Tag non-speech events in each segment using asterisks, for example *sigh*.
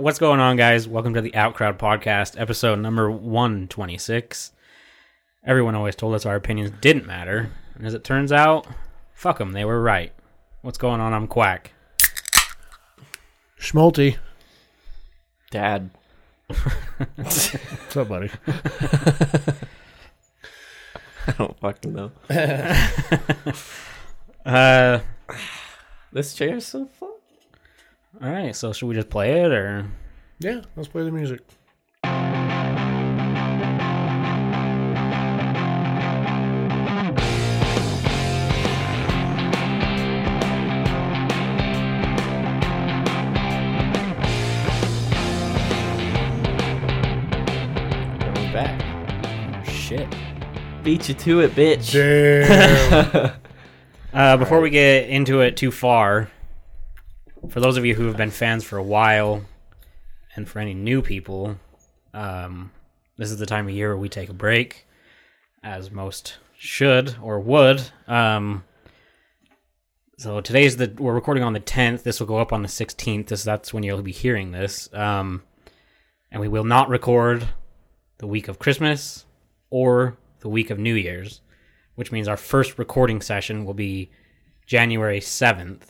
What's going on, guys? Welcome to the Outcrowd Podcast, episode number 126. Everyone always told us our opinions didn't matter, and as it turns out, fuck them, they were right. What's going on? I'm Quack. Schmalti. *laughs* Dad. What's up, buddy? I don't Oh, fucking *laughs* *laughs* know. Uh, This chair's so fun. all right, so should we just play it, or Yeah, let's play the music. And we're back. Oh, shit? Beat you to it, bitch. Damn. Uh, before we get into it too far, for those of you who have been fans for a while, and for any new people, um, this is the time of year where we take a break, as most should or would. Um, so today's the we're recording on the tenth. This will go up on the sixteenth. This that's when you'll be hearing this. Um, and we will not record the week of Christmas or the week of New Year's which means our first recording session will be January 7th,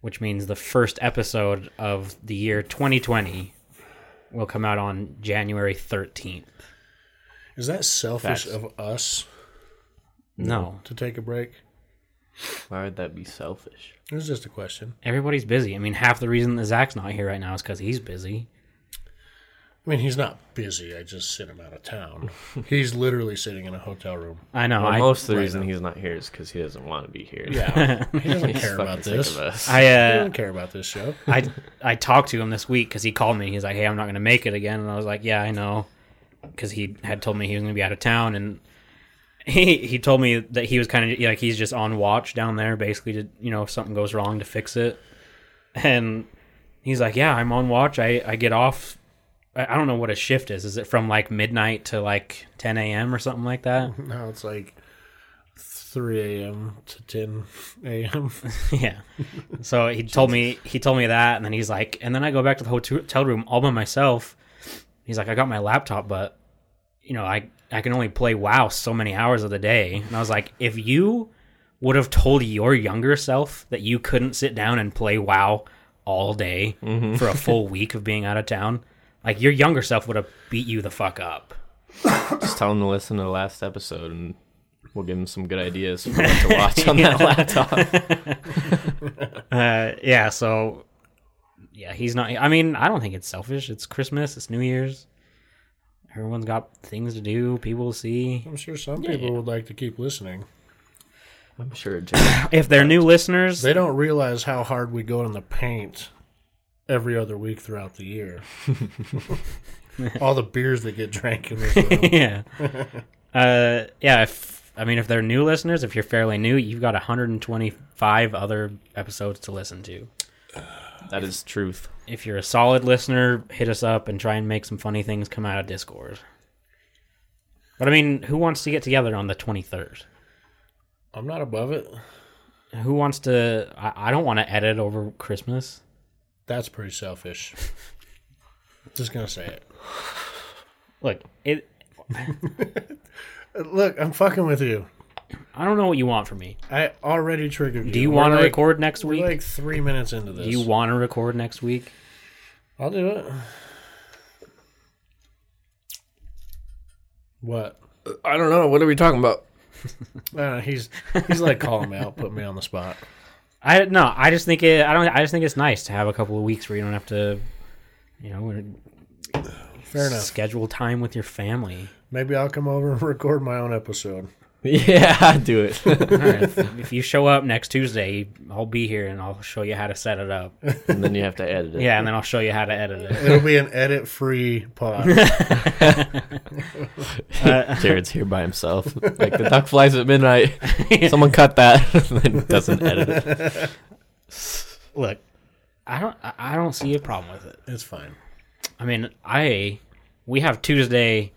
which means the first episode of the year 2020 will come out on January 13th. *laughs* Is that selfish Facts. of us No. to take a break? Why would that be selfish? It was just a question. Everybody's busy. I mean, half the reason that Zach's not here right now is because he's busy. I mean, he's not busy. I just sent him out of *laughs* town. he's literally sitting in a hotel room. I know. Well, I, most of the reason he's not here is because *laughs* he doesn't want to be here. *laughs* Yeah, he doesn't He's care fucking about sick this. of us. I, He uh, doesn't care about this show. I, I talked to him this week because he called me. He's like, hey, I'm not going to make it again. And I was like, yeah, I know. Because he had told me he was going to be out of town. And he he told me that he was kind of like he's just on watch down there basically to you know if something goes wrong to fix it and he's like yeah i'm on watch i i get off i, I don't know what a shift is is it from like midnight to like 10 a.m or something like that Now it's like 3 a.m. to 10 a.m. *laughs* yeah so he told me he told me that and then he's like and then i go back to the hotel hotel room all by myself he's like i got my laptop but you know i i can only play wow so many hours of the day and i was like if you would have told your younger self that you couldn't sit down and play wow all day for a full week of being out of town like your younger self would have beat you the fuck up *laughs* Just tell him to listen to the last episode and we'll give him some good ideas for what *laughs* to watch on that laptop. uh, yeah so yeah he's not i mean i don't think it's selfish it's christmas it's new year's everyone's got things to do people to see *laughs* I'm sure some people would like to keep listening. I'm sure Jack. if they're new listeners They don't realize how hard we go in the paint every other week throughout the year. *laughs* All the beers that get drank in *laughs* this room. *laughs* yeah uh, yeah if i mean if they're new listeners if you're fairly new you've got 125 other episodes to listen to That is truth. if you're a solid listener hit us up and try and make some funny things come out of discord but i mean who wants to get together on the 23rd I'm not above it. who wants to i, I don't want to edit over christmas That's pretty selfish. Just gonna say *laughs* it. Look, it. Uh, Look, I'm fucking with you. I don't know what you want from me. I already triggered you. Do you We're want to like- record next We're week? like three minutes into this. do you want to record next week? I'll do it. What? I don't know. What are we talking about? Uh, he's he's like calling me out, put me on the spot. I no. I just think it. I don't. I just think it's nice to have a couple of weeks where you don't have to, you know, *laughs* Fair enough. schedule time with your family. Maybe I'll come over and record my own episode. *laughs* Yeah, do *laughs* it. All right, if, if you show up next Tuesday, I'll be here and I'll show you how to set it *laughs* up. and then you have to edit it. Yeah, and then I'll show you how to edit it. It'll *laughs* be an edit-free pod. *laughs* *laughs* Jared's here by himself. Like the duck flies at *laughs* midnight. Someone cut that *laughs* and then doesn't edit it. Look, I don't. I- I don't see a problem with it. It's fine. I mean, I we have Tuesday.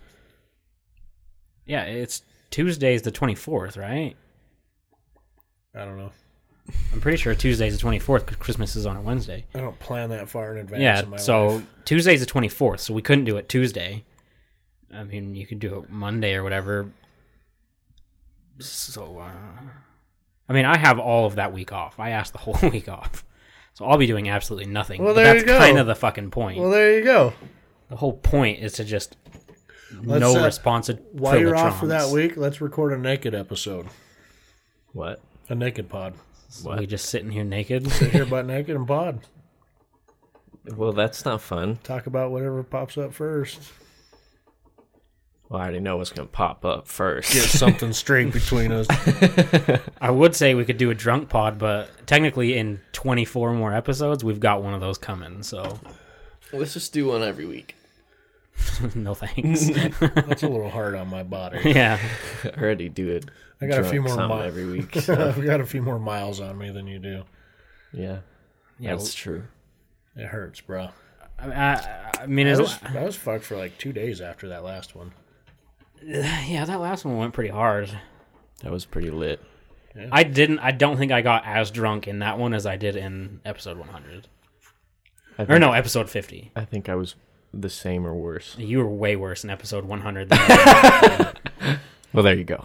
Yeah, it's Tuesday's the twenty fourth, right? I don't know. I'm pretty sure Tuesday's the 24th because Christmas is on a Wednesday. I don't plan that far in advance. Yeah, in my so life. Tuesday's the 24th, so we couldn't do it Tuesday. I mean, you could do it Monday or whatever. So, uh, I mean, I have all of that week off. I asked the *laughs* whole week off. So I'll be doing absolutely nothing. Well, but there that's you go. kind of the fucking point. Well, there you go. the whole point is to just Let's, no uh, responsive. While you're off for that week, let's record a naked episode, What? a naked pod. we just sitting here *laughs* naked. Sit here butt naked and pod. Well, that's not fun. Talk about whatever pops up first. Well, I already know what's gonna pop up first. Get something straight between us. I would say we could do a drunk pod, but technically, in 24 more episodes, we've got one of those coming. So, *laughs* Let's just do one every week. no *laughs* thanks. *laughs* That's a little hard on my body. yeah. I already do it. I got a few more drunk some mi- every week. *laughs* I've got a few more miles on me than you do. Yeah, Yeah, that's true. It hurts, bro. I, I, I mean, I as, was, I was fucked for like two days after that last one. yeah, that last one went pretty hard. That was pretty lit. I didn't. I don't think I got as drunk in that one as I did in episode 100, I think, or no, episode 50. I think I was the same or worse. You were way worse in episode 100. *laughs* Than Well, there you go.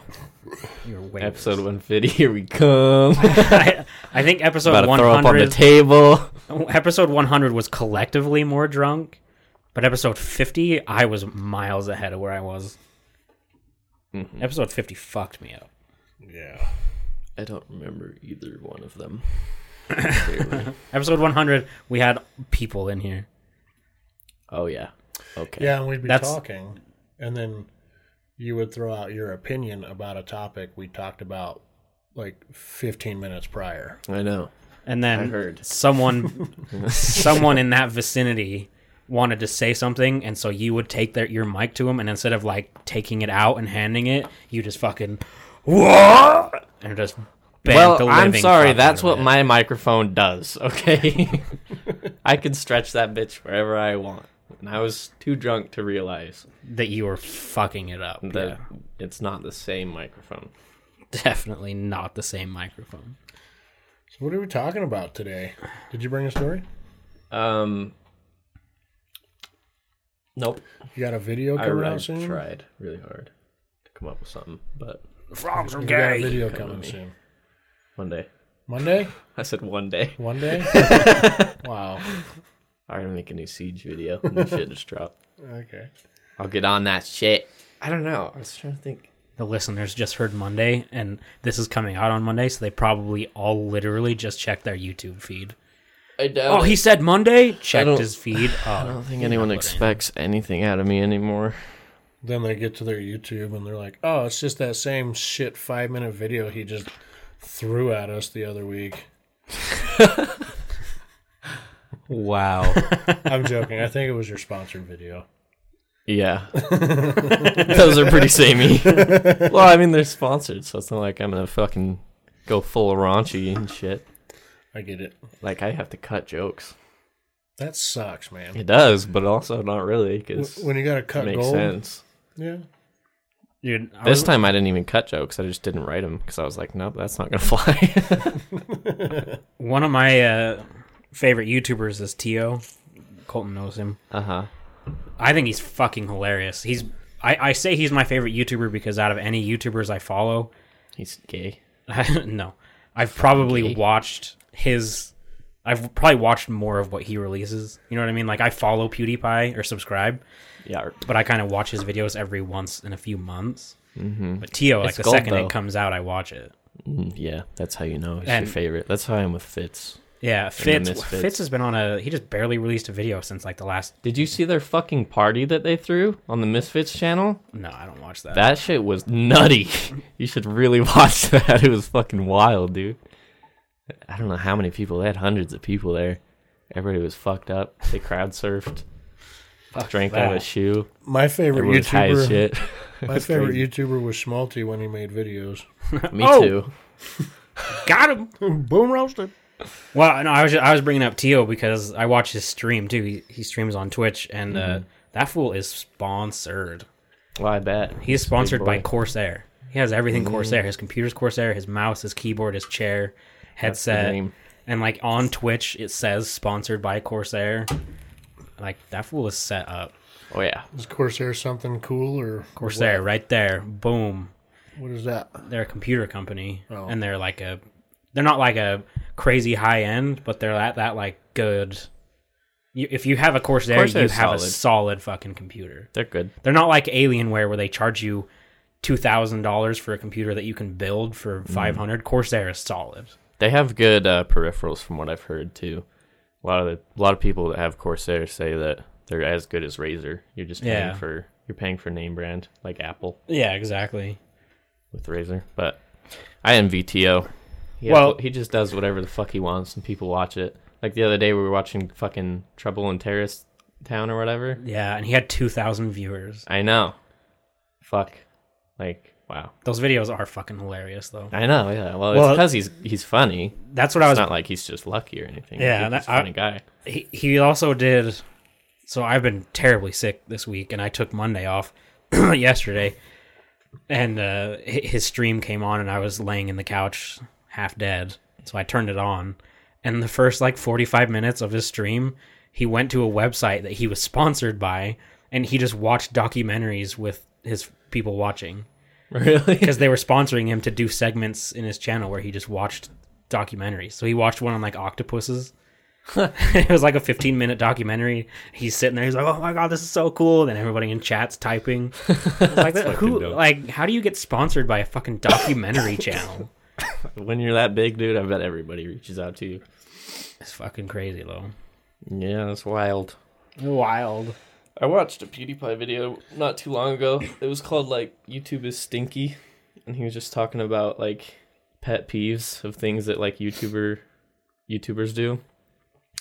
you were way. Episode 150. Here we *laughs* come. About Worse. *laughs* I, I think episode to throw up on the 100. table. *laughs* episode 100 was collectively more drunk, but episode 50, I was miles ahead of where I was. Mm-hmm. Episode 50 fucked me up. Yeah. I don't remember either one of them. Episode 100, we had people in here. oh yeah. Okay. Yeah, and we'd be That's- talking, and then you would throw out your opinion about a topic we talked about like 15 minutes prior. I know. and then I heard. someone *laughs* someone in that vicinity wanted to say something and so you would take their your mic to them and instead of like taking it out and handing it you just fucking what and just bent the Well, living I'm sorry. fuck That's out of what my microphone does. *laughs* Okay. *laughs* I can stretch that bitch wherever I want, and I was too drunk to realize it, that you were fucking it up that it's not the same microphone. *laughs* Yeah, definitely not the same microphone So, what are we talking about today? Did you bring a story? Um. Nope. You got a video I, coming I out soon? tried really hard to come up with something, but frogs are You got a gay video Come coming with me. soon. one day. *laughs* Monday? I said one day. *laughs* *laughs* One day? wow. I'm gonna make a new siege video. And the shit just dropped. *laughs* Okay. I'll get on that shit. I don't know. I was trying to think. the listeners just heard monday and this is coming out on monday so they probably all literally just checked their youtube feed I doubt. oh he said monday checked don't- his feed oh *laughs* I don't think anyone expects anything out of me anymore. Then they get to their YouTube and they're like, oh, it's just that same shit five minute video he just threw at us the other week. Wow. I'm joking. I think it was your sponsored video. *laughs* yeah. Those are pretty samey. *laughs* well, I mean, they're sponsored, so it's not like I'm gonna fucking go full raunchy and shit. I get it. Like I have to cut jokes. That sucks, man. It does, but also not really because when you got to cut makes gold, sense. yeah. *laughs* Dude, I This was, time I didn't even cut jokes. I just didn't write them because I was like, nope, that's not gonna *laughs* fly. one of my uh, favorite YouTubers is Tio. Colton knows him. uh huh. I think he's fucking hilarious. He's I, I say he's my favorite YouTuber because out of any YouTubers I follow, He's gay. *laughs* no, I've probably watched his. I've probably watched more of what he releases. You know what I mean? Like I follow PewDiePie or subscribe, Yeah. but I kind of watch his videos every once in a few months. Mm-hmm. But Tio, like It's the gold, second though. it comes out, I watch it. Mm, Yeah, that's how you know he's And- your favorite. That's how I am with Fitz. Yeah, Fitz. Misfits. Fitz has been on a. He just barely released a video since like the last. Did you see their fucking party that they threw on the Misfits channel? No, I don't watch that. That shit was nutty. *laughs* you should really *laughs* watch that. It was fucking wild, dude. I don't know how many people. They had hundreds of people there. Everybody was fucked up. They crowd surfed. drank out of a that. shoe. My favorite Everyone was high as *laughs* YouTuber. shit. My favorite YouTuber was Schmalti when he made videos. Me Oh! too. Got him. *laughs* Boom roasted. Well, no, I was I was bringing up Tio because I watch his stream too. He, he streams on Twitch, and uh, that fool is sponsored. Well, I bet He is Big sponsored by boy. Mm-hmm. Corsair. He has everything Corsair. His computer's Corsair. His mouse, his keyboard, his chair, That's the headset. dream. And like on Twitch, it says sponsored by Corsair. Like that fool is set up. Oh yeah. Is Corsair something cool or Corsair right there. Boom. what is that? They're a computer company, Oh. and they're like a. They're not like a crazy high end, but they're at that like good. You, if you have a Corsair, you Corsair's have a solid. solid fucking computer. They're good. They're not like Alienware where they charge you two thousand dollars for a computer that you can build for five hundred. Corsair is solid. They have good uh, peripherals from what I've heard too. A lot of the, a lot of people that have Corsair say that they're as good as Razer. You're just paying Yeah. for you're paying for name brand like Apple Yeah, exactly. with Razer. But I envy TO. He has- Well- he just does whatever the fuck he wants and people watch it. Like the other day we were watching fucking Trouble in Terrace Town or whatever. Yeah, and he had two thousand viewers. I know. Fuck. Like wow. Those videos are fucking hilarious, though. I know. Yeah. Well, Well- it's because he's he's funny. That's what I It's was. not like he's just lucky or anything. Yeah, he's that- a funny guy. *laughs* He, he also did. So I've been terribly sick this week, and I took Monday off *clears throat* yesterday, and uh, hi- his stream came on, and I was laying in the couch half dead. So I turned it on, and the first like forty five minutes of his stream, he went to a website that he was *laughs* sponsored by, and he just watched documentaries with his people watching. Really? because they were sponsoring him to do segments in his channel where he just watched documentaries. So he watched one on like octopuses. *laughs* it was like a 15 minute documentary. He's sitting there. He's like, "Oh my god, this is so cool!" Then everybody in chat's typing. I was like, that, who? dope. Like, how do you get sponsored by a fucking documentary channel? when you're that big, dude, I bet everybody reaches out to you. It's fucking crazy, though. Yeah, that's wild. Wild. I watched a PewDiePie video not too long ago. It was called like YouTube is stinky, and he was just talking about like pet peeves of things that like YouTuber YouTubers do.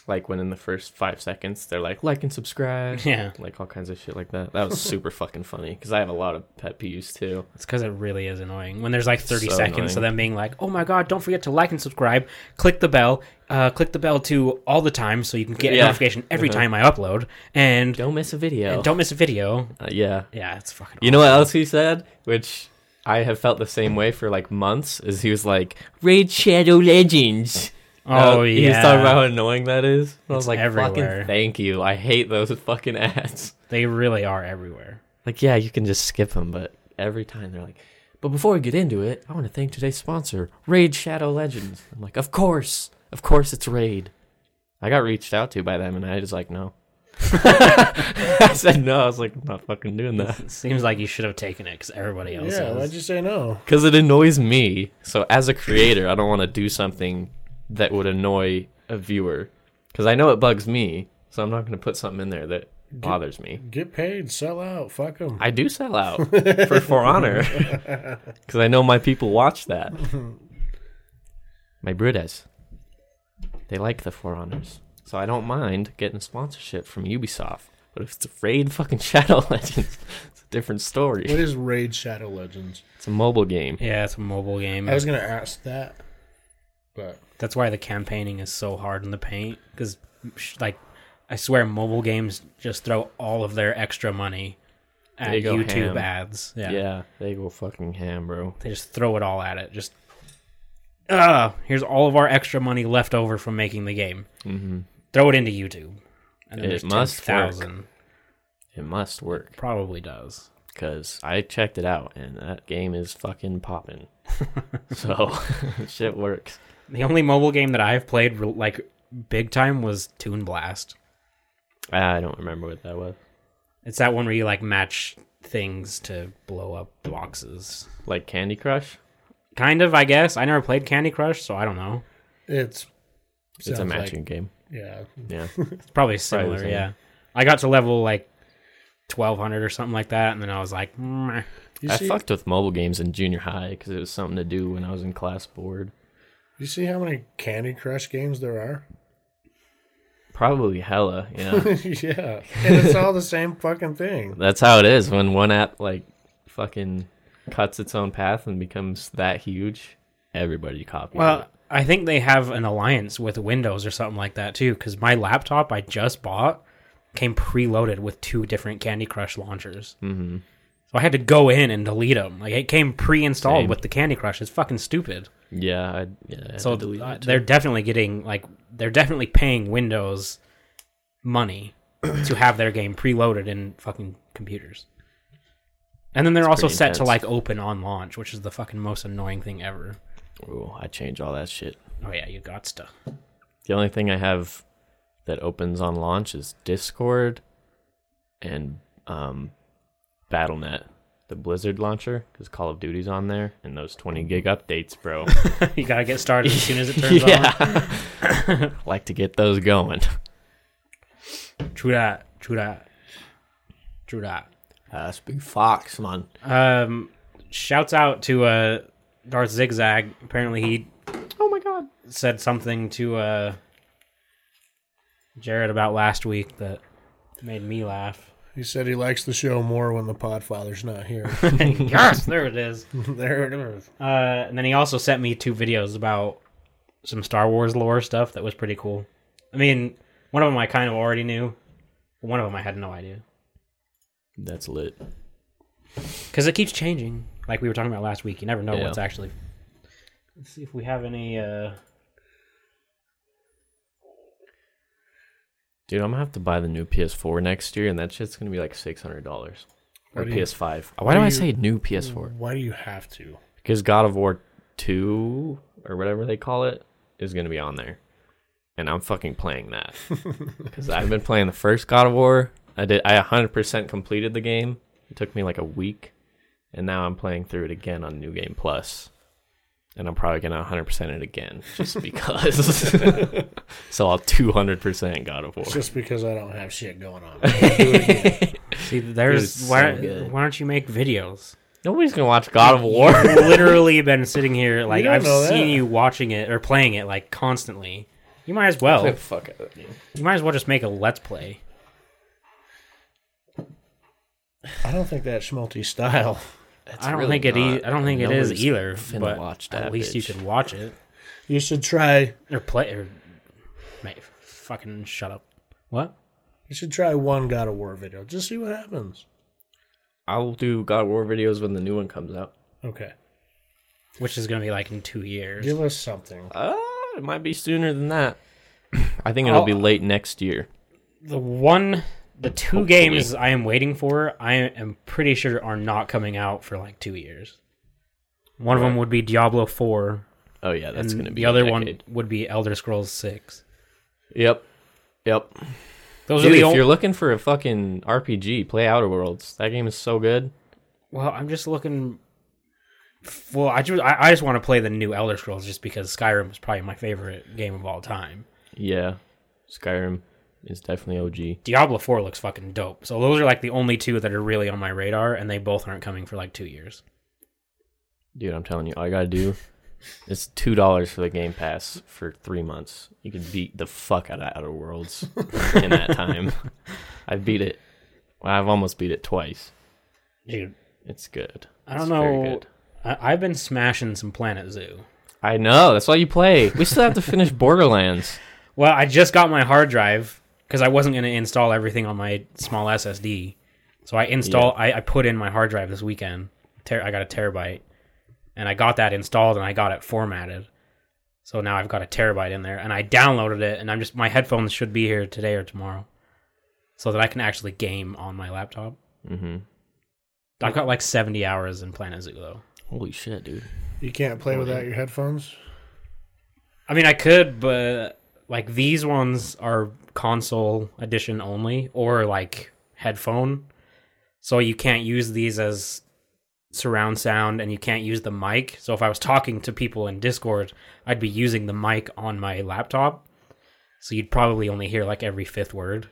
Like when in the first five seconds they're like like and *laughs* subscribe, Yeah, like all kinds of shit like that. That was *laughs* super fucking funny because I have a lot of pet peeves too. it's because it really is annoying when there's like 30 So seconds of annoying. them being like, "Oh my god, don't forget to like and subscribe. Click the bell. Uh, click the bell to all the time so you can get a Yeah. notification every Mhm. time I upload." And Don't miss a video. And don't miss a video. Uh, yeah, Yeah, it's fucking. You know what else he said, which I have felt the same way for like months, is he was like Raid Shadow Legends. awesome. Oh Uh, yeah, he was talking about how annoying that is. And I was It's like, everywhere. fucking thank you. I hate those *laughs* fucking ads. they really are everywhere. Like, yeah, you can just skip them, but every time they're like, but before we get into it, I want to thank today's sponsor, Raid Shadow Legends. I'm like, of course, of course, it's Raid. I got reached out to by them, and I was like, no. *laughs* I said no. I was like, I'm not fucking doing that. It seems like you should have taken it because everybody else. Yeah, is. why'd you say no? because it annoys me. So as a creator, I don't want to do something that would annoy a viewer because I know it bugs me. So I'm not going to put something in there that bothers me. Get paid, sell out, fuck them. I do sell out for For Honor because I know my people watch that. My Brutas, they like the For Honors, so I don't mind getting sponsorship from Ubisoft. But if it's Raid fucking *laughs* Shadow Legends, it's a different story. What is Raid Shadow Legends? It's a mobile game. Yeah, it's a mobile game. I was gonna ask that, but That's why the campaigning is so hard in the paint because, like, I swear, mobile games just throw all of their extra money at They go YouTube ham. ads. Yeah. yeah, they go fucking ham, bro. they just throw it all at it. Just, ah, here's all of our extra money left over from making the game. Mm-hmm. Throw it into YouTube. And It there's must work. 10,000. It must work Probably does. because I checked it out and that game is *laughs* fucking popping. so *laughs* shit works. The only mobile game that I've played re- like big time was Toon Blast. I don't remember what that was. It's that one where you like match things to blow up boxes. Like Candy Crush? Kind of, I guess. I never played Candy Crush, so I don't know. it's it's a sounds like- matching game. yeah. Yeah. It's probably similar, same. yeah. I got to level like 1200 or something like that and then I was like, "Meh." You I see, fucked with mobile games in junior high because it was something to do when I was in class bored. you see how many Candy Crush games there are? *laughs* Probably hella, yeah. yeah, and it's all the same fucking thing. That's how it is when one app like fucking cuts its own path and becomes that huge. Everybody copies well, it. Uh, I think they have an alliance with Windows or something like that too cuz my laptop I just bought came preloaded with two different Candy Crush launchers. Mm-hmm. So I had to go in and delete them. Like it came pre-installed Same. with the Candy Crush. It's fucking stupid. Yeah, I, yeah. I had so to delete uh, it too. they're definitely getting like they're definitely paying Windows *clears throat* money to have their game preloaded in fucking computers. And then they're also pretty set to intense. like open on launch, which is the fucking most annoying thing ever. Ooh, I change all that shit. Oh yeah, you got to. The only thing I have that opens on launch is Discord and um, BattleNet, the Blizzard launcher, because Call of Duty's on there, and those 20 gig updates, *laughs* bro. you gotta get started as soon as it *laughs* turns like to get those going. on. True that. True that. True that. That's big fox, man. Um, shouts out to uh, Darth Zigzag. Apparently, he Oh my god. said something to uh, Jared about last week that made me laugh. *laughs* He said he likes the show more when the Podfather's not here. *laughs* yes, there it is. there it is. Uh, and then he also sent me two videos about some Star Wars lore stuff that was pretty cool. I mean, one of them I kind of already knew. One of them I had no idea That's lit. because it keeps changing. Like we were talking about last week, you never know Yeah. what's actually. Let's see if we have any. Uh... Dude, I'm gonna have to buy the new PS4 next year, and that shit's gonna be like six hundred dollars. Or What do you- PS5. Why do, do I you- say new PS4? Why do you have to? Because God of War Two or whatever they call it is gonna be on there, and I'm fucking playing *laughs* that because I've been playing the first God of War. I did. I 100% completed the game. It took me like a week, and now I'm playing through it again on New Game Plus, and I'm probably gonna 100% it again *laughs* just because. *laughs* so I'll 200% God of War. Just because I don't have shit going *laughs* on. Do it again. See, there's Dude, it's why so good. why don't you make videos? Nobody's gonna watch God of *laughs* War. literally been sitting here like don't I've know seen that. you watching it or playing it like constantly. You might as well. fuck out of you. You might as well just make a let's play. I don't think that schmalty style. I don't think it. E- I don't think it is either. But watch that at least you bitch. can watch it You should try. or play or ma- fucking shut up. What? You should try one God of War video. Just see what happens. I'll do God of War videos when the new one comes out. Okay. Which is gonna be like in two years. Give us something. Uh, it might be sooner than that. I think it'll be late next year. The one, the two Hopefully. games I am waiting for, I am pretty sure are not coming out for like two years. One of them would be Diablo Four, Oh yeah, that's and gonna be the other a one decade. would be Elder Scrolls Six. Yep, yep. Those are Dude, the if only. you're looking for a fucking RPG, play Outer Worlds. That game is so good. Well, I'm just looking. Well, I just I, I just want to play the new Elder Scrolls just because Skyrim was probably my favorite game of all time. Yeah, Skyrim is definitely OG. Diablo Four looks fucking dope. So those are like the only two that are really on my radar, and they both aren't coming for like two years. Dude, I'm telling you, all you *laughs* gotta do is two dollars for the Game Pass for three months. You can beat the fuck out of Outer Worlds in *laughs* that time. I beat it. Well, I've almost beat it twice. Dude, It's good. I don't It's very know. good. I, I've been smashing some Planet Zoo. I know. That's why you play. We still have *laughs* to finish Borderlands. Well, I just got my hard drive because I wasn't going to install everything on my small SSD. So I install. I, I put in my hard drive this weekend. Ter- I got a terabyte, and I got that installed and I got it formatted. So now I've got a terabyte in there, and I downloaded it, and I'm just my headphones should be here today or tomorrow, so that I can actually game on my laptop. hmm I've got like 70 hours in Planet Zoo though. Holy shit, dude. You can't play without your headphones. I mean, I could, but like these ones are console edition only or like headphone. So you can't use these as surround sound and you can't use the mic. So if I was talking to people in Discord, I'd be using the mic on my laptop. So you'd probably only hear like every fifth word.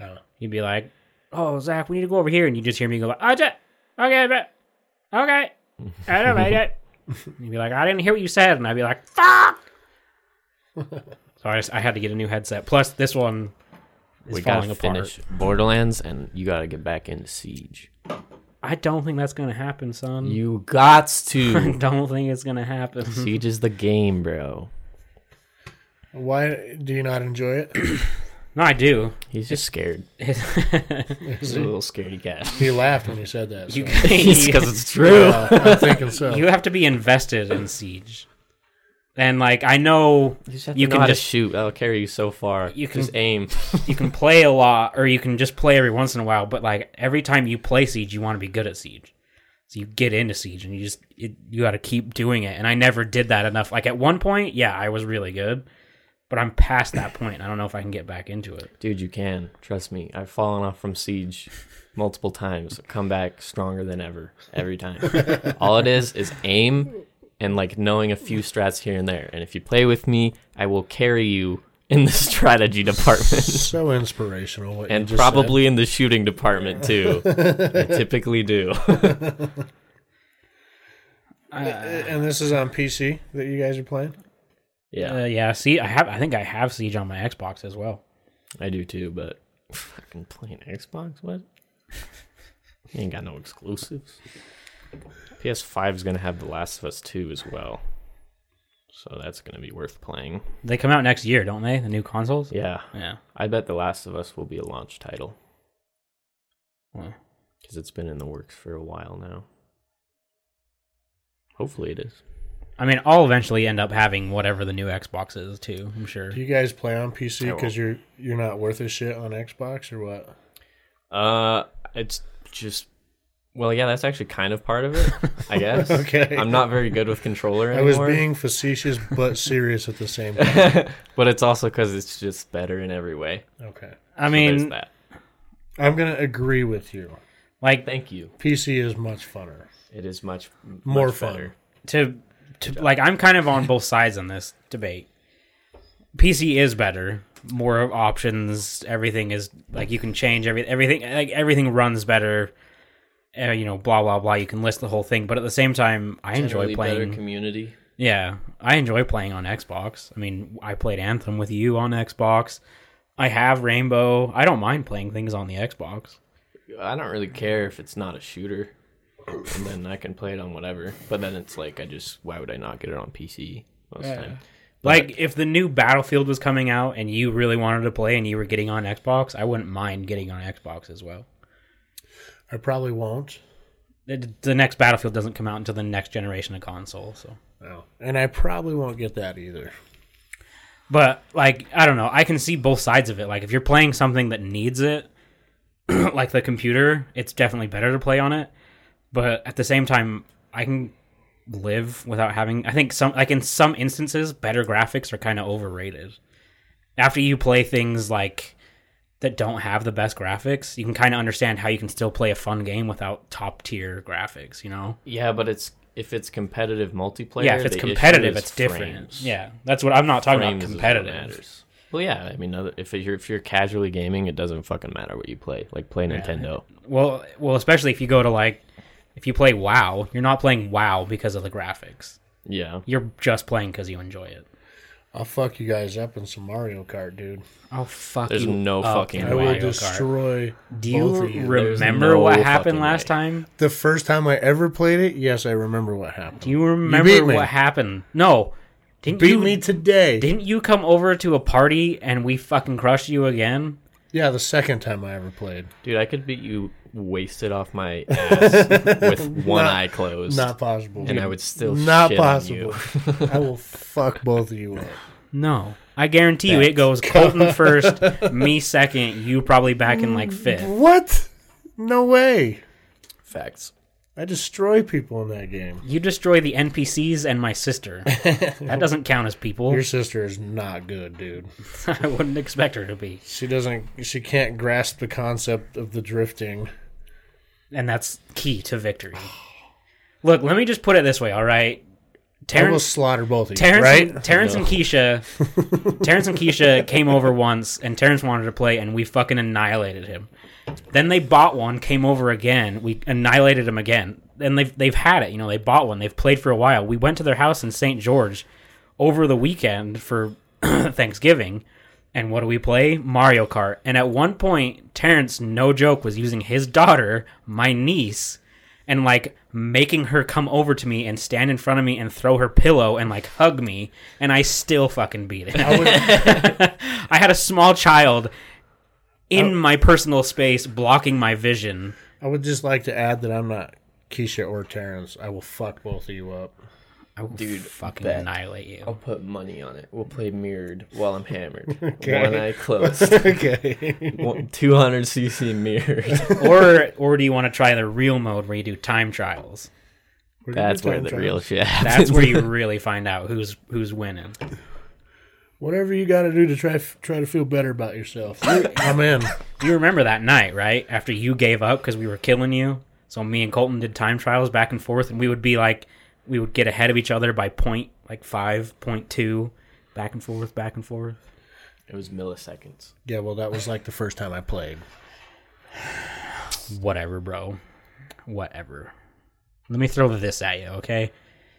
Oh. You'd be like, "Oh, Zach, we need to go over here," and you just hear me go like, "Okay, okay, but *laughs* okay, I don't like it." You'd be like, "I didn't hear what you said," and I'd be like, *laughs* "Fuck!" so I just I had to get a new headset. Plus, this one is we falling gotta apart. finish Borderlands, and you gotta get back into Siege. I don't think that's gonna happen, son. You got *laughs* I *laughs* to. don't think it's gonna happen. Siege is the game, bro. Why do you not enjoy *coughs* it? no, I do. He's just scared. *laughs* He's a little scaredy cat. He laughed when you said that. so- you *laughs* *laughs* Because it's true. *laughs* Uh, I'm thinking so. you have to be invested in Siege. And like I know You, just have You to can know how to just- shoot. That'll carry you so far. You You can- can just aim. *laughs* you can play a lot or you can just play every once in a while, but like every time you play Siege, you want to be good at Siege. So you get into Siege and you just it, you got to keep doing it. And I never did that enough. Like at one point, yeah, I was really good, but I'm past that point. I don't know if I can get back into it. Dude, you can. Trust me. I've fallen off from Siege multiple times. Come back stronger than ever. *laughs* Every time. All it is is aim and like knowing a few strats here and there. And if you play with me, I will carry you in the *laughs* strategy department. So inspirational. What you and just said. probably in the shooting *laughs* department too. I typically do. *laughs* And this is on PC that you guys are playing. yeah, Uh, yeah, see, I have I think I have Siege on my Xbox as well. I do too, but fucking playing Xbox, what? *laughs* You ain't got no exclusives. PS5 is going to have The Last of Us 2 as well. So that's going to be worth playing. They come out next year, don't they? The new consoles. Yeah, Yeah. I bet The Last of Us will be a launch title Well, because it's been in the works for a while now. Hopefully it is. I mean, I'll eventually end up having whatever the new Xbox is too. I'm sure. Do you guys play on I PC will. because you're you're not worth a shit on Xbox or what? Uh, it's just. Well, yeah, that's actually kind of part of it, *laughs* I guess. Okay. I'm not very good with controller I was anymore. being facetious but serious at the same time. *laughs* but it's also because it's just better in every way. Okay, I So there's mean, that. I'm gonna agree with you. like Thank you. PC is much funner. It is much m- More much fun. better. to to like I'm kind of on both sides on this debate. PC is better, more options. Everything is like you can change every everything. Like everything runs better. Uh, you know, blah blah blah. You can list the whole thing, but at the same time, I enjoy Generally playing. better community. yeah, I enjoy playing on Xbox. I mean, I played Anthem with you on Xbox. I have Rainbow. I don't mind playing things on the Xbox. I don't really care if it's not a shooter, and then I can play it on whatever. But then it's like I just why would I not get it on PC most of the time? Like if the new Battlefield was coming out and you really wanted to play and you were getting on Xbox, I wouldn't mind getting on Xbox as well. I probably won't. The the next Battlefield doesn't come out until the next generation of console, so. Oh. No, and I probably won't get that either. But like I don't know, I can see both sides of it. Like if you're playing something that needs it, *clears throat* like the computer, it's definitely better to play on it. But at the same time, I can live without having I think some like in some instances better graphics are kind of overrated. After you play things like that don't have the best graphics, you can kind of understand how you can still play a fun game without top tier graphics, you know? Yeah, but it's if it's competitive multiplayer. yeah, if it's the issue competitive, is it's different. frames. Yeah, that's what I'm not talking about Frames is what competitive. matters. Well, yeah, I mean, other, if you're if you're casually gaming, it doesn't fucking matter what you play. Like play Nintendo. Well, well, especially if you go to like, if you play WoW, you're not playing WoW because of the graphics. Yeah, You're just playing because you enjoy it. I'll fuck you guys up in some Mario Kart, dude. Oh fuck There's you no up fucking in I will Mario Kart. destroy Do both you of you. There's remember no what fucking happened last way. time? the first time I ever played it, yes, I remember what happened. Do you remember beat me. what happened? No, didn't beat you? me today. didn't you come over to a party and we fucking crushed you again? yeah, the second time I ever played. dude, I could beat you wasted *laughs* off my ass with one eye closed, Not possible. and I would still Not shit on you. possible. *laughs* I will fuck both of *laughs* you up. No, I guarantee you, it goes Colton first, me second, you probably back in like fifth. What? No way. Facts. I destroy people in that game. You destroy the NPCs and my *laughs* sister. That doesn't count as people. Your sister is not good, dude. *laughs* I wouldn't expect her to be. She doesn't. She can't grasp the concept of the drifting. And that's key to victory. Look, let me just put it this way, all right? I will Terrence, slaughter both of you. Terrence, right? Terrence and Keisha, *laughs* Terrence and Keisha came over once, and Terrence wanted to play, and we fucking annihilated him. Then they bought one, came over again, we annihilated him again. Then they've they've had it, you know. They bought one, they've played for a while. We went to their house in St. George over the weekend for *clears throat* Thanksgiving. And what do we play? Mario Kart. And at one point, Terrence, no joke, was using his daughter, my niece, and like making her come over to me and stand in front of me and throw her pillow and like hug me. And I still fucking beat it. I would, *laughs* I had a small child in my personal space blocking my vision. *laughs* I would just like to add that I'm not Keisha or Terrence. I will fuck both of you up. I will Dude, fucking bet. annihilate you. I'll put money on it. We'll play mirrored while I'm hammered. *laughs* Okay. One eye closed. okay. One- 200 *laughs* cc mirrored. or or do you want to try the real mode where you do time trials? We're gonna That's do where time the trial. real shit happens. That's where you really find out who's who's winning. Whatever you got to do to try try to feel better about *laughs* yourself. I'm in. You remember that night, right? After you gave up because we were killing you. So me and Colton did time trials back and forth, and we would be like, we would get ahead of each other by point like five, point two, back and forth, back and forth. It was milliseconds. Yeah, well, that was like the first time I played. Whatever, bro. Whatever. Let me throw this at you, okay?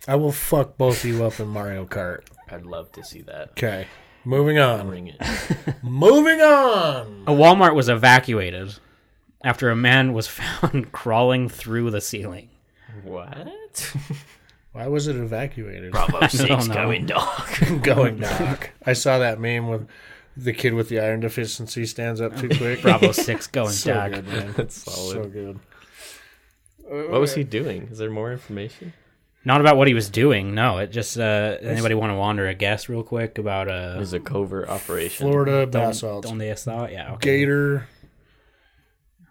I will fuck both of you up in Mario Kart. I'd love to see that. Okay. Moving on. *laughs* Bring it. Moving on. A Walmart was evacuated after a man was *laughs* found crawling through the ceiling. What? *laughs* Why was it evacuated? *laughs* Bravo six know. going dog. Going knock. I saw that meme with the kid with the iron deficiency stands up *laughs* too quick. Bravo six going So back. good, man. *laughs* That's solid. *laughs* So good. Uh, what was he doing? Is there more information? Not about what he was doing. No, it just uh, anybody want to wander a guess real quick about It uh was a covert operation. Florida Don- basalt. Donde Estado? Yeah, okay. Gator.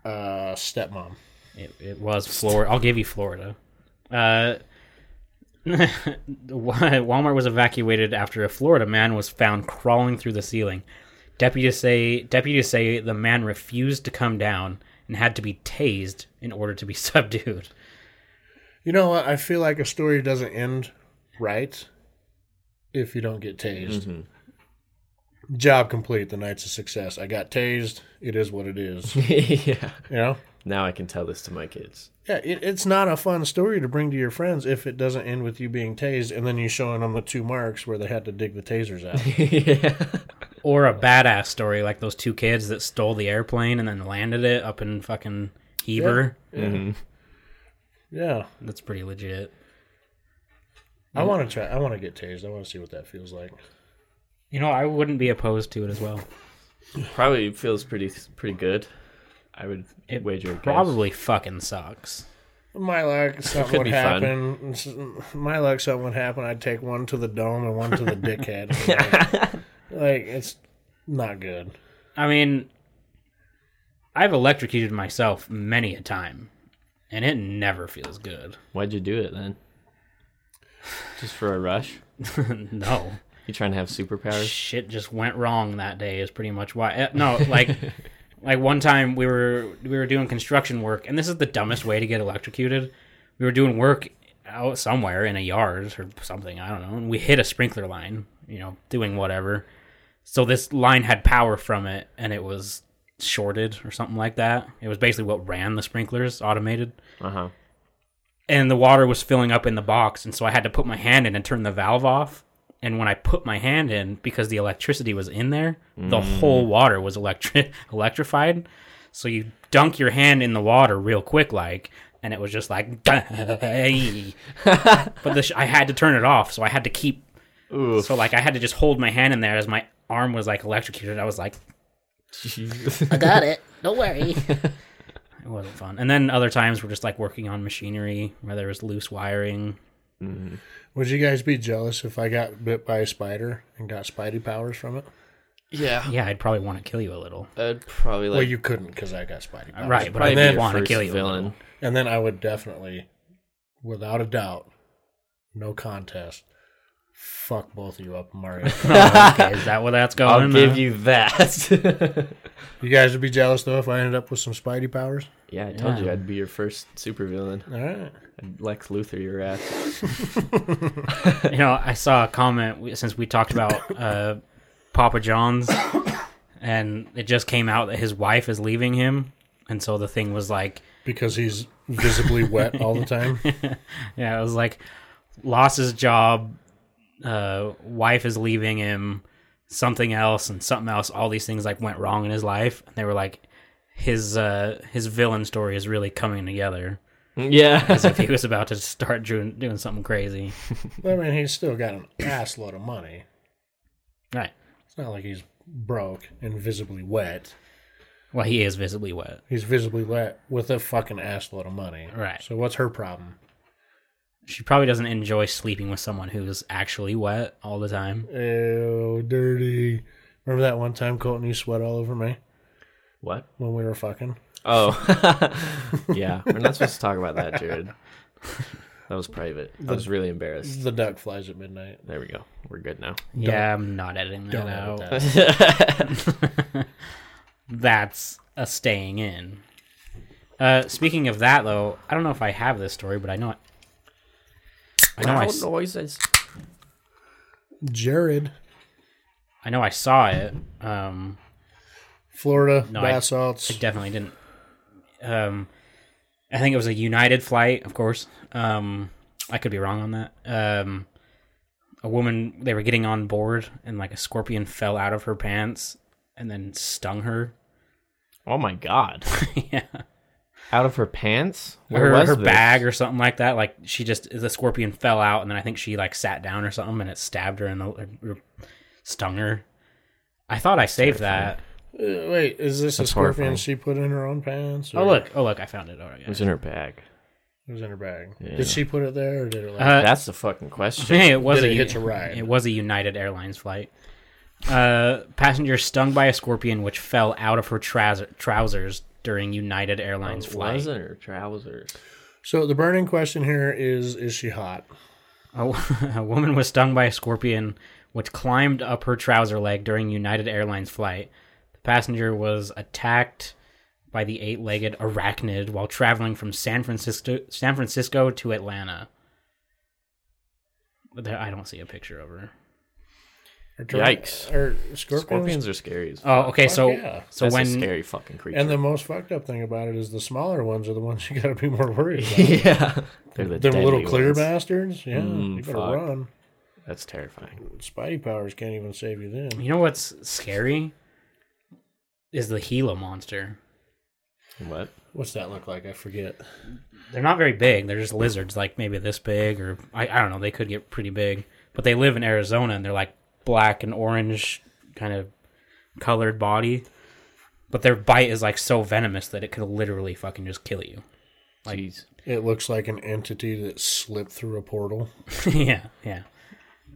Uh, stepmom. It, it was Florida. I'll give you Florida. Uh, *laughs* Wa- Walmart was evacuated after a Florida man was found crawling through the ceiling. Deputies say deputies say the man refused to come down and had to be tased in order to be *laughs* subdued. You know what? I feel like a story doesn't end right if you don't get tased. Mm-hmm. Job complete. The night's a success. I got tased. It is what it *laughs* is. *laughs* yeah. You know? Now I can tell this to my kids. Yeah, it, it's not a fun story to bring to your friends if it doesn't end with you being tased and then you showing them the two marks where they had to dig the tasers *laughs* out. yeah. Or a badass story like those two kids that stole the airplane and then landed it up in fucking Heber. yeah. That's pretty legit. I want to try. I want to get tased. I want to see what that feels like. You know, I wouldn't be opposed to it as well. Probably feels pretty pretty good. I would wager. a guess. Probably fucking sucks. My luck, something Could would be fun. happen. S- My luck, something would happen. I'd take one to the dome and one to the *laughs* dickhead. like, like, it's not good. I mean, I've electrocuted myself many a time, and it never feels good. Why'd you do it then? Just for a rush? no. You trying to have superpowers? Shit just went wrong that day is pretty much why. eh, No, like like one time we were we were doing construction work and this is the dumbest way to get electrocuted. We were doing work out somewhere in a yard or something, I don't know, and we hit a sprinkler line, you know, doing whatever. So this line had power from it and it was shorted or something like that. It was basically what ran the sprinklers automated. Uh huh. and the water was filling up in the box and so i had to put my hand in and turn the valve off and when i put my hand in because the electricity was in there the whole water was electri- *laughs* electrified so you dunk your hand in the water real quick like and it was just like *laughs* but the sh- i had to turn it off so i had to keep Ooh. so like i had to just hold my hand in there as my arm was like electrocuted i was like Jesus. I got it. Don't worry. it wasn't fun. And then other times we're just like working on machinery where there was loose wiring. Would you guys be jealous if I got bit by a spider and got Spidey powers from it? *laughs* yeah. Yeah, I'd probably want to kill you a little. I'd probably like. well, you couldn't because I got Spidey powers. right, but probably I'd be your want to first kill you a villain. little. And then I would definitely, without a doubt, no contest, fuck both of you up, Mario. *laughs* Oh, okay, is that where *laughs* that's going? uh? I'll give huh? you that. *laughs* you guys would be jealous though if I ended up with some Spidey powers. yeah, I told you Yeah. I'd be your first supervillain. All right. I'd Lex Luthor your ass. you know, I saw a comment we- since we talked about uh, Papa John's, and it just came out that his wife is leaving him, and so the thing was like, Because he's visibly wet all the time. yeah, it was like lost his job, uh, wife is leaving him, something else and something else. All these things like went wrong in his life, and they were like, his uh, his villain story is really coming together. Yeah. *laughs* as if he was about to start doing, doing something crazy. I mean, he's still got an ass load of money. Right. It's not like he's broke and visibly wet. Well, he is visibly wet. He's visibly wet with a fucking ass load of money. Right. So what's her problem? She probably doesn't enjoy sleeping with someone who's actually wet all the time. Ew, dirty. Remember that one time Colton, you sweat all over me What? when we were fucking? Oh, *laughs* yeah. We're not supposed to talk about that, Jared. That was private. I was really embarrassed. The duck flies at midnight. There we go. We're good *laughs* now. yeah, I'm not editing that Don't out. edit that. *laughs* That's a staying in. Uh, speaking of that, though, I don't know if I have this story, but I know it. I know I, Loud s- noises. Jared, I know I saw it. Um, Florida, No, I- bath salts. I definitely didn't. Um, I think it was a United flight, of course. Um, I could be wrong on that. Um, a woman they were getting on board, and like a scorpion fell out of her pants and then stung her. *laughs* Oh my god. yeah, Out of her pants? Where her, was her this? bag or something like that. Like she just the scorpion fell out, and then I think she like sat down or something, and it stabbed her and the- or stung her. I thought I saved that. Uh, wait, is this a That's scorpion horrifying. she put in her own pants? Or Oh look! Oh look! I found it. Oh, It was in her bag. It was in her bag. Yeah. Did she put it there or did it like. Uh, That's the fucking question. Hey, it was Did a it hitch a ride? It was a United Airlines flight. Uh, passenger stung by a scorpion which fell out of her trouser, trousers during United Airlines flight. Oh, Was in her trousers? so the burning question here is is she hot? A, wo- a *laughs* woman was stung by a scorpion which climbed up her trouser leg during United Airlines flight. The passenger was attacked by the eight-legged arachnid while traveling from San Francisco San Francisco to Atlanta. But there- I don't see a picture of her. Or Yikes. Or scorpions? Scorpions are scary. As Oh, okay. Fuck so yeah. so That's when a scary fucking creature. And the most fucked up thing about it is the smaller ones are the ones *laughs* you got to be more worried *laughs* about. *laughs* yeah, they're the Them little deadly clear ones. bastards. Yeah, Mm, you better fuck. run. That's terrifying. Spidey powers can't even save you then. You know what's scary? Is the Gila monster. What? What's that look like? I forget. They're not very big. They're just lizards, like maybe this big, or I, I don't know. They could get pretty big. But they live in Arizona and they're like black and orange kind of colored body. But their bite is like so venomous that it could literally fucking just kill you. *laughs* Like- Jeez. It looks like an entity that slipped through a portal. yeah, yeah.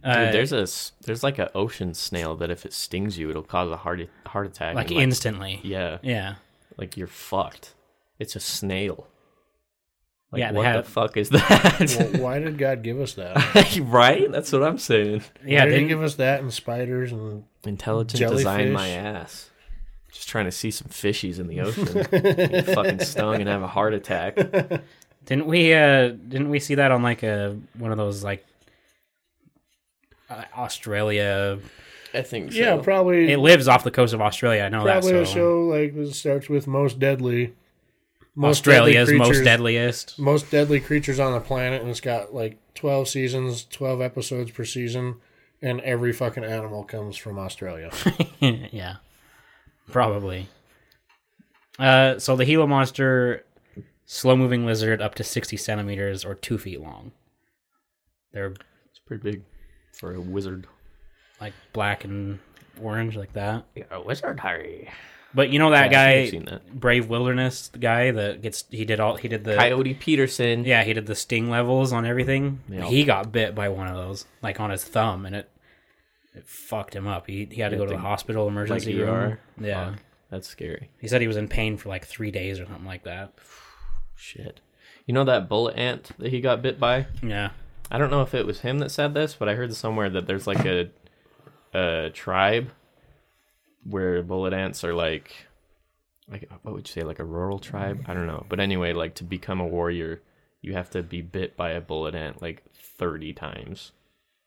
Uh, Dude, there's a s- there's like an ocean snail that if it stings you, it'll cause a heart a- heart attack. like and, instantly. yeah, Yeah. like you're fucked. It's a snail. Like Yeah, they what have- the fuck is *laughs* that? well, *laughs* why did God give us that? *laughs* right? That's what I'm saying. Yeah, Why did they he give us that and spiders and Intelligent design Jellyfish. my ass. Just trying to see some fishies *laughs* in the ocean. Get fucking stung and have a heart attack. Didn't we? Uh, didn't we see that on like a one of those like uh, Australia? I think so. yeah, probably It lives off the coast of Australia. I know that. probably So a show like that starts with most deadly. Most deadly Australia's most creatures- deadliest. *laughs* most deadly creatures on the planet, and it's got like twelve seasons, twelve episodes per season, and every fucking animal comes from Australia. yeah, probably. Uh, so the Gila monster, slow-moving lizard, up to sixty centimeters or two feet long. They're It's pretty big for a wizard. like black and orange, like that. Yeah, a wizard, Harry. But you know that Yeah, I think I've guy, seen that. Brave Wilderness, the guy that gets he did all he did the Coyote Peterson. Yeah, he did the sting levels on everything. Yeah. He got bit by one of those, like on his thumb, and it it fucked him up. He he had to go to the the- hospital like emergency room. ER. Yeah, Fuck, that's scary. he said he was in pain for like three days or something like that. Shit. You know that bullet ant that he got bit by? Yeah, I don't know if it was him that said this, but I heard somewhere that there's like a a tribe where bullet ants are like like what would you say like a rural tribe? I don't know. But anyway, like to become a warrior, you have to be bit by a bullet ant like 30 times.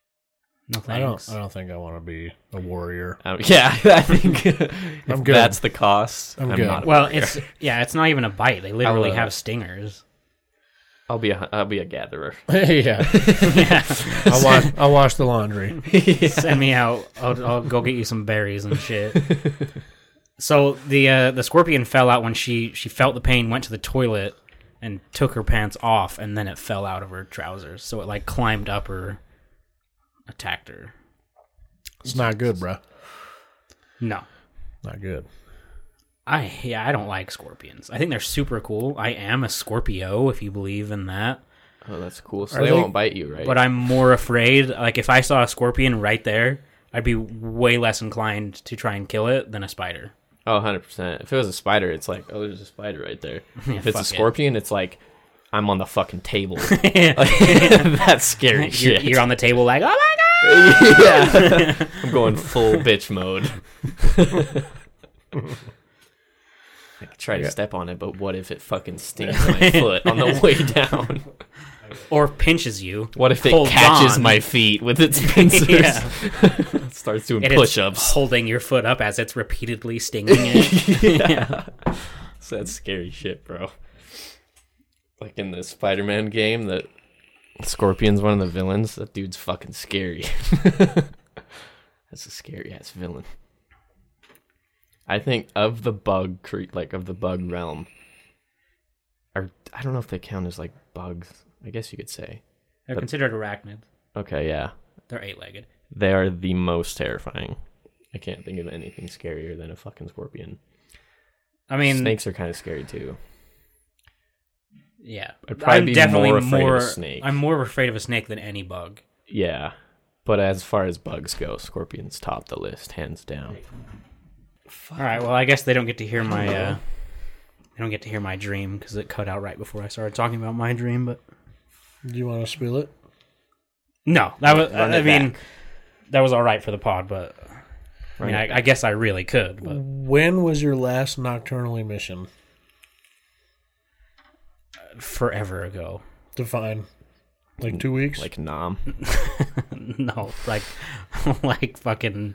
*laughs* no I don't. thanks. uh, I don't think I want to be a warrior. Um, yeah, I think *laughs* if I'm good. that's the cost. I'm I'm, good. not. well, it's yeah, it's not even a bite. They literally uh, have stingers. I'll be a I'll be a gatherer. *laughs* *laughs* yeah, I'll wash. I'll wash the laundry. Send me out. I'll, I'll go get you some berries and shit. so the uh, the scorpion fell out when she she felt the pain, went to the toilet, and took her pants off, and then it fell out of her trousers. So it like climbed up her, attacked her. It's not good, bruh. No, Not good. I yeah I don't like scorpions. I think they're super cool. I am a Scorpio, if you believe in that. Oh, that's cool. So Are they, they- won't bite you, right? But I'm more afraid. Like if I saw a scorpion right there, I'd be way less inclined to try and kill it than a spider. Oh, 100%. If it was a spider, it's like, oh, there's a spider right *laughs* there. if fuck it's a it. scorpion, it's like, I'm on the fucking *laughs* table. you're, That's scary *laughs* shit. you're on the table like, oh my god. yeah. *laughs* I'm going full bitch mode. *laughs* I try to step on it, but what if it fucking *laughs* stings my foot on the way down? Or pinches you. What if it Hold catches on. my feet with its *laughs* pincers? *laughs* *laughs* Yeah. It starts doing And push It's ups. holding your foot up as it's repeatedly stinging *laughs* it. So that's scary shit, bro. Like in the Spider Man game, that Scorpion's one of the villains. That dude's fucking scary. *laughs* That's a scary ass villain. I think of the bug cre- like of the bug realm. Or I don't know if they count as like bugs. I guess you could say. They're considered arachnids. Okay, yeah. They're eight legged. They are the most terrifying. I can't think of anything scarier than a fucking scorpion. I mean, Snakes are kind of scary too. yeah. I'd probably I'm be definitely more afraid of a more- snake. I'm more afraid of a snake than any bug. Yeah. But as far as bugs go, scorpions top the list, hands down. All right. Well, I guess they don't get to hear my. Uh, they don't get to hear my dream because it cut out right before I started talking about my dream. But Do you want to spill it? no, that was. Run I it mean, that was all right for the pod, but I mean, Run it I, I guess I really could. But When was your last nocturnal emission? forever ago, Define. Like two weeks? Mm, Like nom. *laughs* no, like, like fucking.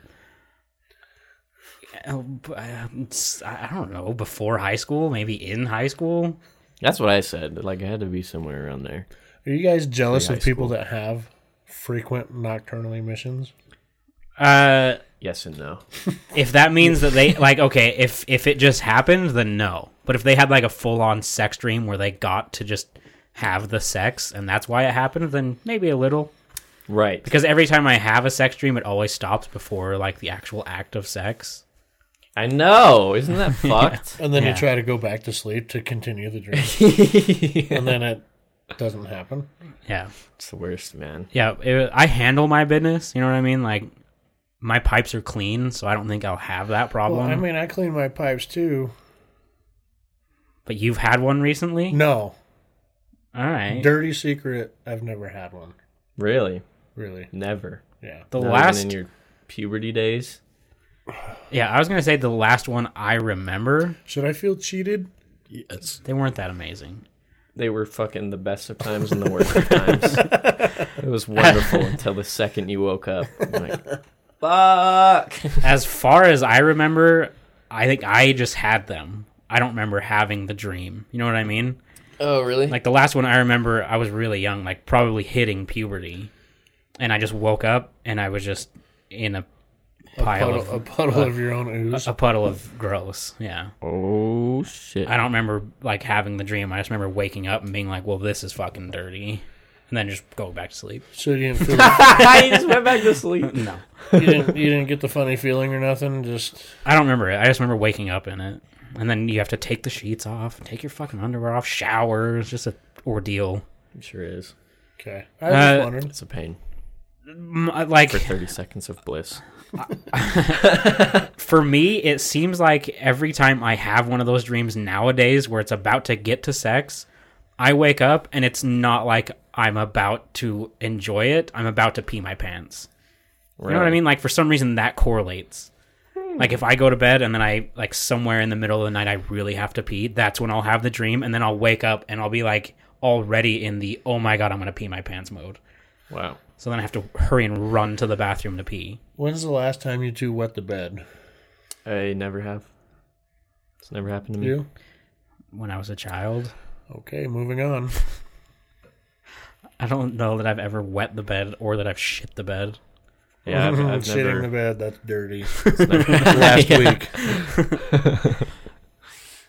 oh, I um, I don't know. Before high school, maybe in high school. That's what I said. Like it had to be somewhere around there. Are you guys jealous Pretty of high people that have frequent nocturnal emissions? Uh, Yes and no. if that means that they like okay if if it just happened then no but if they had like a full-on sex dream where they got to just have the sex and that's why it happened then maybe a little Right. because every time i have a sex dream it always stops before like the actual act of sex I know. Isn't *laughs* that fucked? And then Yeah. you try to go back to sleep to continue the *laughs* dream. And then it doesn't happen. yeah It's the worst, man. yeah it, i handle my business you know what i mean like my pipes are clean so i don't think i'll have that problem Well, Um, I mean, I clean my pipes too. but you've had one recently No. all right Dirty secret, I've never had one. Really? Really. Never. Yeah. the Not last even in your puberty days. yeah i was gonna say the last one i remember Should I feel cheated? Yes. they weren't that amazing They were fucking the best of times and the worst of times. *laughs* it was wonderful until the second you woke up. I'm like, fuck. as far as I remember, I think I just had them. I don't remember having the dream. You know what I mean? Oh, really? Like the last one I remember, I was really young, like probably hitting puberty, and I just woke up and I was just in a pile Puddle, of a puddle of Uh, your own ooze. a puddle of gross. Yeah, oh shit. I don't remember like having the dream. I just remember waking up and being like, "Well, this is fucking dirty," and then just go back to sleep. So you *laughs* didn't, feel the, I just went back to sleep. No, you, didn't, you didn't get the funny feeling or nothing? Just. I don't remember it. I just remember waking up in it, and then you have to take the sheets off, take your fucking underwear off, shower. It's just a ordeal. It sure is. Okay. I just Uh, wondered. It's a pain Mm, I- like for 30 seconds of bliss. for me it seems like every time i have one of those dreams nowadays where it's about to get to sex i wake up and it's not like i'm about to enjoy it i'm about to pee my pants you know what i mean like for some reason that correlates like if i go to bed and then i like somewhere in the middle of the night i really have to pee that's when i'll have the dream and then i'll wake up and i'll be like already in the oh my god i'm gonna pee my pants mode Wow. so then i have to hurry and run to the bathroom to pee When's the last time you two wet the bed? I never have. It's never happened to me. You? when i was a child Okay, moving on. I don't know that I've ever wet the bed or that I've shit the bed. Yeah, *laughs* I've, I've Shitting never. the bed, that's *laughs* dirty. last week.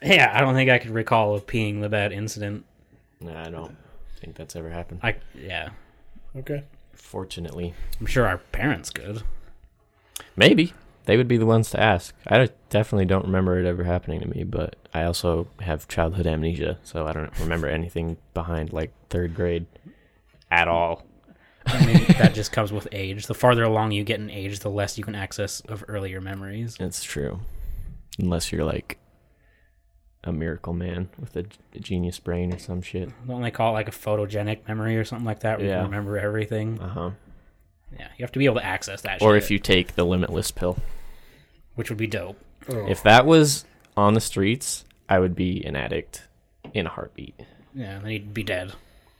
Yeah, I don't think I could recall a peeing the bed incident. Nah, I don't think that's ever happened. I yeah, Okay. Fortunately. I'm sure our parents could. Maybe. They would be the ones to ask. I definitely don't remember it ever happening to me, but I also have childhood amnesia, so I don't remember anything behind like third grade. at all. I *laughs* mean, that just comes with age. The farther along you get in age, the less you can access of earlier memories. It's true. Unless you're like a miracle man with a, a genius brain or some shit. Don't they call it like a photogenic memory or something like that? Where you Yeah. can remember everything. Uh huh. Yeah, you have to be able to access that. Or shit, if you take the limitless pill. which would be dope. Oh, If that was on the streets, I would be an addict in a heartbeat. Yeah, then you'd be dead.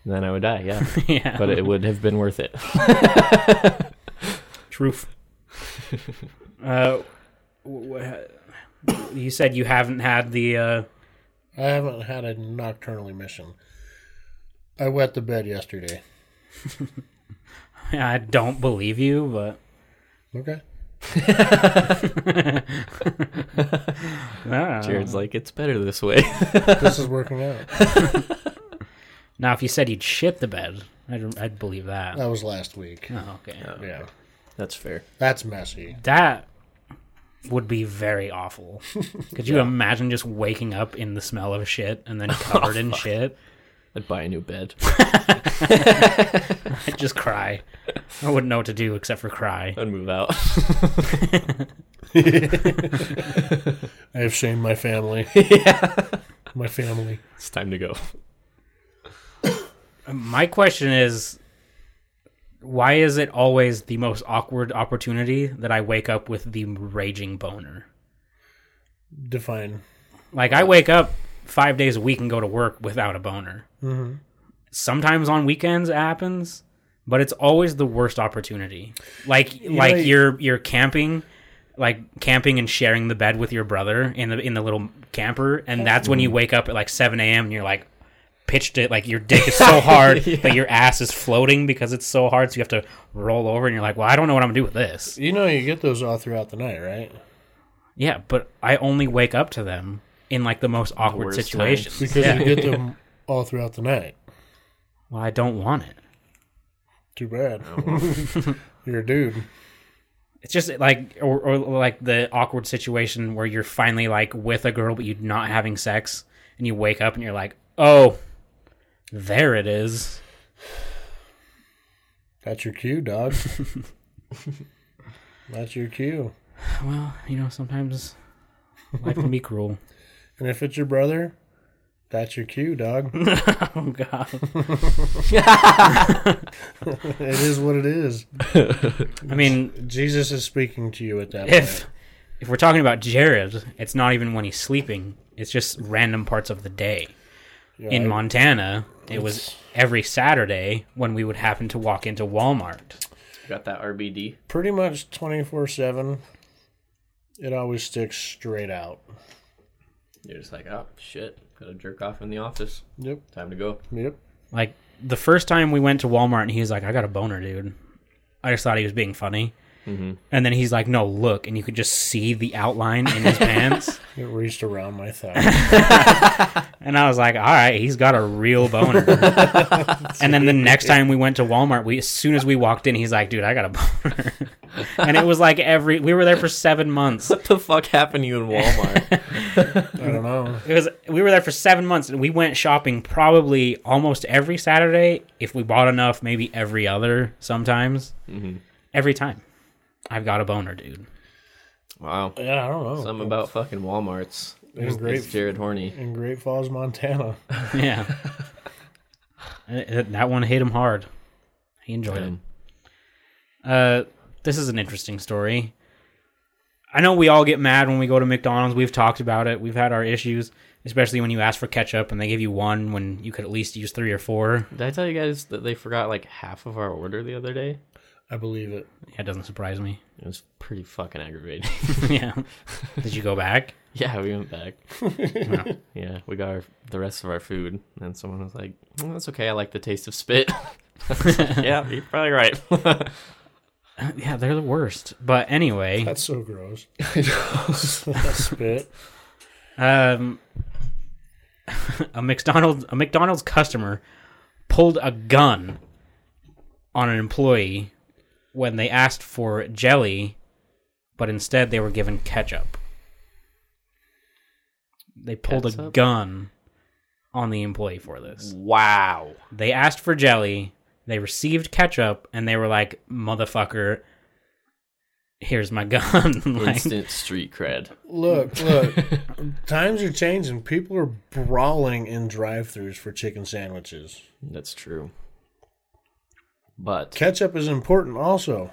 Then I would die, *laughs* yeah. yeah, *laughs* but *laughs* it would have been worth it. truth. uh, wh- wh- you said you haven't had the. Uh, I haven't had a nocturnal emission. I wet the bed yesterday. *laughs* I don't believe you, but Okay. I don't know. *laughs* Jared's like, it's better this way. *laughs* this is working out. Now, if you said you'd shit the bed, I'd, I'd believe that. That was last week. Oh, okay. Yeah. That's fair. That's messy. That would be very awful. Could you imagine just waking up in the smell of shit and then covered in shit? I'd buy a new bed. I'd just cry. I wouldn't know what to do except for cry. I'd move out. *laughs* I have shamed my *laughs* family. My family. it's time to go. My question is why is it always the most awkward opportunity that I wake up with the raging boner? Define. Like, I wake up five days a week and go to work without a boner. Sometimes on weekends it happens, but it's always the worst opportunity. Like, like know, you're you're camping, like camping and sharing the bed with your brother in the in the little camper, and that's when you wake up at like seven a.m. and you're like pitched it like your dick is so hard that your ass is floating because it's so hard, so you have to roll over, and you're like, well, I don't know what I'm gonna do with this. You know, you get those all throughout the night, *laughs* right? Yeah, but I only wake up to them in like the most awkward worst situations. Because Yeah. you get them all throughout the night. Well, I don't want it. Too bad. Oh, *laughs* You're a dude. It's just like, or, or like the awkward situation where you're finally like with a girl, but you're not having sex, and you wake up and you're like, oh, there it is. That's your cue, *laughs* dog. That's your cue. Well, you know, sometimes life can *laughs* be cruel. And if it's your brother, that's your cue, dog. Oh God, it is what it is. I mean, Jesus is speaking to you at that if point. if we're talking about Jared, it's not even when he's sleeping; it's just random parts of the day. Yeah, in I- Montana, it was every Saturday when we would happen to walk into Walmart. *laughs* Got that RBD? pretty much 24 7 it always sticks straight out You're just like, oh, shit. Gotta jerk off in the office. yep Time to go. yep Like the first time we went to Walmart, and he was like, "I got a boner, dude." I just thought he was being funny, and then he's like, "No, look," and you could just see the outline in his pants. it reached around my thigh And I was like, "All right, he's got a real boner." and then the next time we went to Walmart, we as soon as we walked in, he's like, "Dude, I got a boner," *laughs* and it was like every we were there for seven months. *laughs* What the fuck happened to you in *laughs* Walmart? i don't know It was we were there for seven months and we went shopping probably almost every Saturday. If we bought enough, maybe every other sometimes. Every time. I've got a boner, dude. wow. yeah i don't know Something about fucking Walmarts. It's, great. it's Jared Horny. in great falls montana *laughs* Yeah. It- it- that one hit him hard. He enjoyed Damn. it. Uh, this is an interesting story. I know we all get mad when we go to McDonald's. We've talked about it. We've had our issues, especially when you ask for ketchup and they give you one when you could at least use three or four. Did I tell you guys that they forgot like half of our order the other day? i believe it That doesn't surprise me. *laughs* It was pretty fucking aggravating. yeah. Did you go back? yeah, we went back. *laughs* yeah, we got our, the rest of our food, and someone was like, "Mm, "That's okay. I like the taste of spit." I was like, *laughs* yeah, you're probably right. *laughs* Yeah, they're the worst. But anyway, that's so gross That spit um, *laughs* a McDonald's a McDonald's customer pulled a gun on an employee when they asked for jelly, but instead they were given ketchup. They pulled a Ketchup? gun on the employee for this. wow. They asked for jelly. They received ketchup and they were like, "Motherfucker, here's my gun." *laughs* like, Instant street cred. Look, look. times are changing. People are brawling in drive-throughs for chicken sandwiches. That's true. But Ketchup is important, also.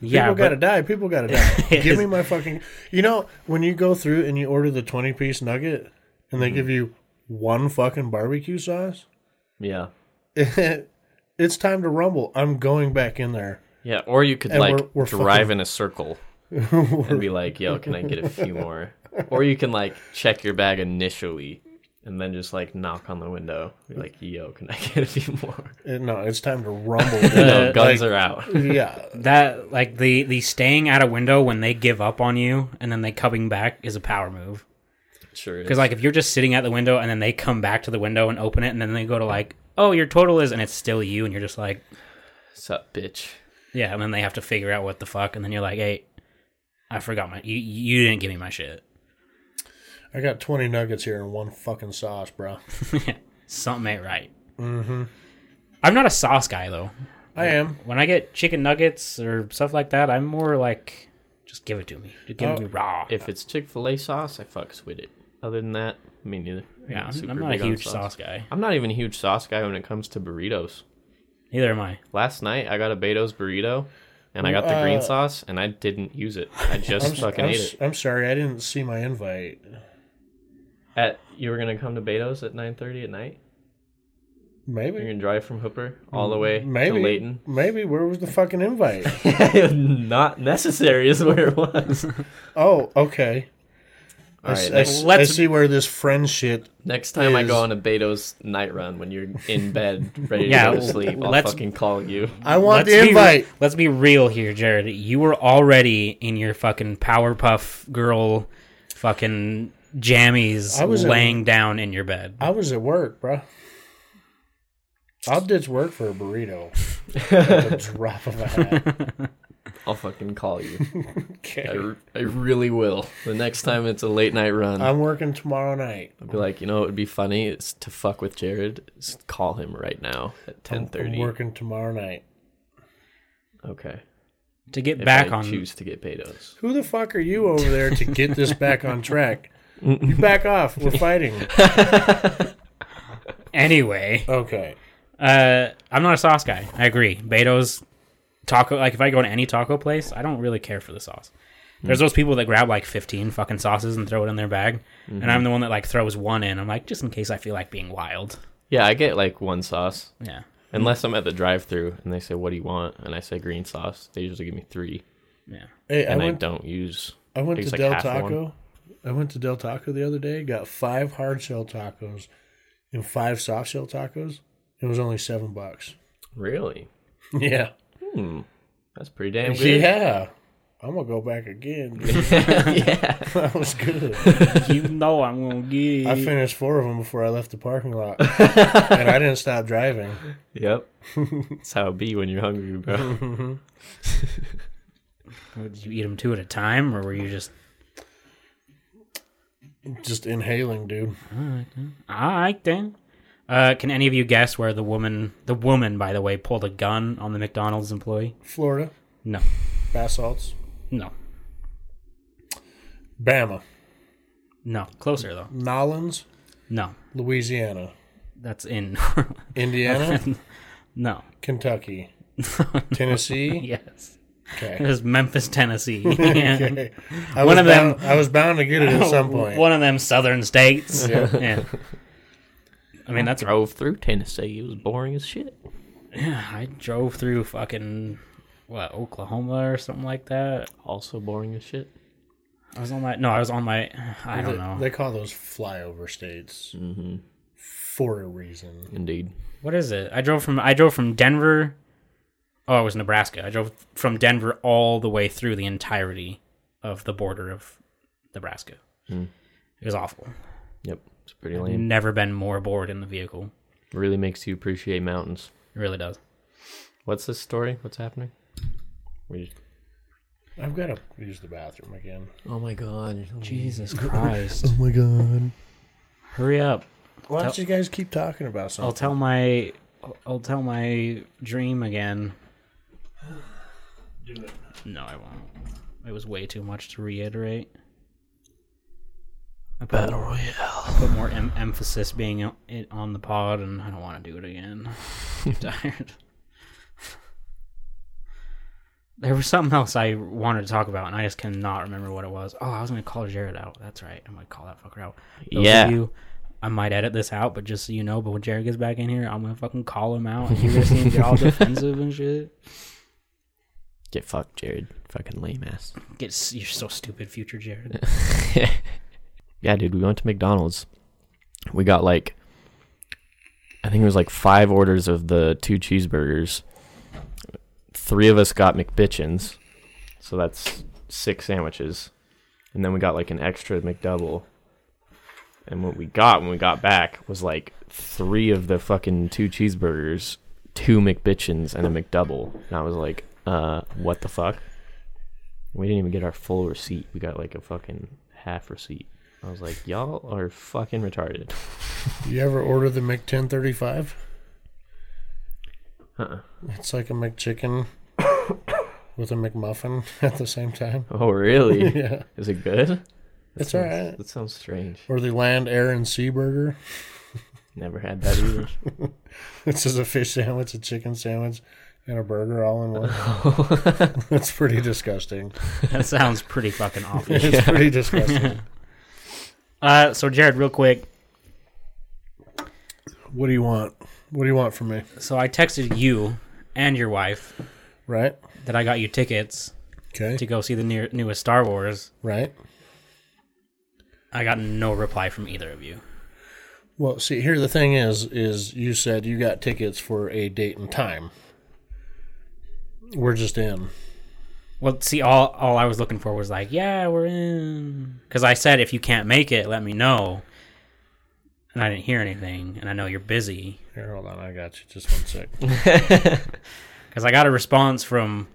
yeah, people but- gotta die. People gotta *laughs* die. give Yes. me my fucking. You know when you go through and you order the twenty piece nugget, and Mm-hmm. they give you one fucking barbecue sauce. *laughs* yeah, it's time to rumble. I'm going back in there. yeah. Or you could And like we're- we're drive fucking- in a circle and be like, "Yo, can I get a few more?" Or you can like check your bag initially and then just like knock on the window, be like, "Yo, can I get a few more?" Uh, No, it's time to *laughs* rumble. No, guns like- are out. yeah, that like the the staying out a window when they give up on you and then they coming back is a power move. Sure. Because like if you're just sitting at the window and then they come back to the window and open it and then they go to like, oh, your total is, and it's still you, and you're just like, sup, bitch. yeah, and then they have to figure out what the fuck, and then you're like, hey, I forgot my, you, you didn't give me my shit. I got twenty nuggets here and one fucking sauce, bro. Something ain't right. Mm-hmm. I'm not a sauce guy though. I am. When I get chicken nuggets or stuff like that, I'm more like, just give it to me, just give it to me raw. If it's Chick Fil A sauce, I fucks with it. Other than that, me neither. I'm yeah, I'm, super I'm not a big on huge sauce guy. I'm not even a huge sauce guy when it comes to burritos. Neither am I. Last night I got a Beto's burrito, and I got the green sauce, and I didn't use it. *laughs* I just fucking Uh, I'm, ate s- it. I'm sorry, I didn't see my invite. At you were gonna come to Beto's at 9:30 at night. You're Maybe, gonna drive from Hooper all the way to maybe, *laughs* Layton. *laughs* maybe. Where was the fucking invite? not necessary is where *laughs* it was. oh, okay. I, all s- right, I next, s- I let's- see where this friend shit. next time I is- go on a Beto's night run when you're in bed ready Yeah, to go to sleep, I'll let's- fucking call you. I want the be- invite. let's be real here, Jared. You were already in your fucking Powerpuff Girl fucking jammies I was in- laying down in your bed. I was at work, bro. I'll ditch work for a *laughs* burrito. At the drop of a hat. I'll fucking call you. I, *laughs* Okay. r- I really will. The next time it's a late night run, I'm working tomorrow night. I'll be like, you know, it would be funny is to fuck with Jared. Is call him right now at ten I'm thirty. working tomorrow night. Okay. to get If back I on choose to get Beto's. Who the fuck are you over there to get this back on track? You back off. We're fighting. anyway, Okay. uh, I'm not a sauce guy. I agree. Beto's taco. Like if I go to any taco place, I don't really care for the sauce. There's those people that grab like 15 fucking sauces and throw it in their bag, and I'm the one that like throws one in. I'm like, just in case I feel like being wild. Yeah, I get like one sauce. Yeah. Unless I'm at the drive through and they say, What do you want? And I say green sauce, they usually give me three. Yeah. Hey, I And I, went, don't use I went to it's like Del half one. Taco. I went to Del Taco the other day, got five hard shell tacos and five soft shell tacos. It was only seven bucks. *laughs* Really? Yeah. Hmm. That's pretty damn *laughs* good. Yeah. I'm going to go *laughs* back again. dude. yeah. *laughs* that was good. you know I'm gonna get. I it. finished four of them before I left the *laughs* parking lot, and I didn't stop driving. Yep. That's how it be when you're *laughs* hungry, bro. Did you eat them two at a time, or were you just Just inhaling, dude. all right then? Uh, can any of you guess where the woman, the woman, by the way, pulled a gun on the McDonald's employee? Florida, No, basalts, no, Bama, no. Closer though. Nolans, No, Louisiana, that's in. *laughs* Indiana, no. *laughs* Kentucky, Tennessee. Yes, it *laughs* Okay. was Memphis, Tennessee. *laughs* okay. I One was of them- bound- I was bound to get it *laughs* at some point. One of them southern states. Yeah. I mean, that's Drove through Tennessee. It was boring as shit. I drove through fucking what Oklahoma or something like that. Also boring as shit. I was on my no, I was on my I don't know. They call those flyover states Mm-hmm. for a reason. Indeed. what is it? I drove from I drove from Denver. Oh, it was Nebraska. I drove from Denver all the way through the entirety of the border of Nebraska. Hmm. It was awful. Yep. It's pretty lame. Never been more bored in the vehicle. really makes you appreciate mountains. It really does. What's this story? What's happening? We just- I've got to use the bathroom again. oh my god. Jesus Christ! *laughs* Oh my god! Hurry up! Why don't you guys keep talking about I'll something? tell my I'll- I'll tell my dream again. Do it. No, I won't. It was way too much to reiterate. I put, I put more em- emphasis being o- it on the pod, and I don't want to do it again. I'm tired. There was something else I wanted to talk about, and I just cannot remember what it was. Oh, I was going to call Jared out. That's right. I'm going to call that fucker out. Those of Yeah. you- I might edit this out, but just so you know, but when Jared gets back in here, I'm going to fucking call him out, and you're going to see him get all defensive and shit. Get fucked, Jared. Fucking lame ass. Get, s- you're so stupid, future Jared. *laughs* yeah, dude, we went to McDonald's. We got like, I think it was like five orders of the two cheeseburgers. Three of us got McBitchins, so that's six sandwiches, and then we got like an extra McDouble. And what we got when we got back was like three of the fucking two cheeseburgers, two McBitchins, and a McDouble. And I was like, uh, what the fuck? We didn't even get our full receipt. We got like a fucking half receipt. I was like, y'all are fucking retarded. *laughs* You ever order the Mc ten thirty five? Uh-uh. It's like a McChicken *coughs* with a McMuffin *laughs* at the same time. Oh, *laughs* really? Yeah, Is it good? That it's all sounds- right. That sounds strange. Or the land, air, and sea burger. *laughs* Never had that either. It's just a fish sandwich, a chicken sandwich, and a burger all in one. That's pretty disgusting. That sounds pretty fucking awful. It's pretty disgusting. Uh, so Jared, real quick. what do you want? What do you want from me? So I texted you and your wife Right? that I got you tickets Okay. to go see the near, newest Star Wars. Right? I got no reply from either of you. Well, see, here the thing is, is you said you got tickets for a date and time. We're just in. Well, see, all all I was looking for was like, yeah, we're in, because I said if you can't make it, let me know. And I didn't hear anything, and I know you're busy Here, hold on, I got you. Just one *laughs* sec. because I got a response from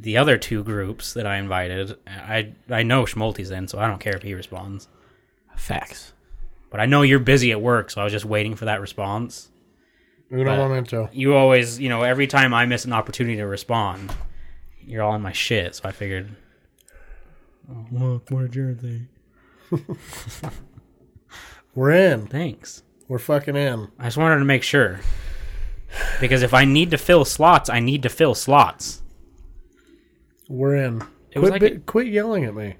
the other two groups that I invited. I I know Schmulty's in, so I don't care if he responds. *laughs* Facts. But I know you're busy at work, so I was just waiting for that response. Uno momento. You always, you know, every time I miss an opportunity to respond, you're all in my shit. So I figured, oh, look, what did Jared think? We're in. Thanks. We're fucking in. I just wanted to make sure because if I need to fill slots, I need to fill slots. We're in. It was Quit, like bi- quit yelling at me.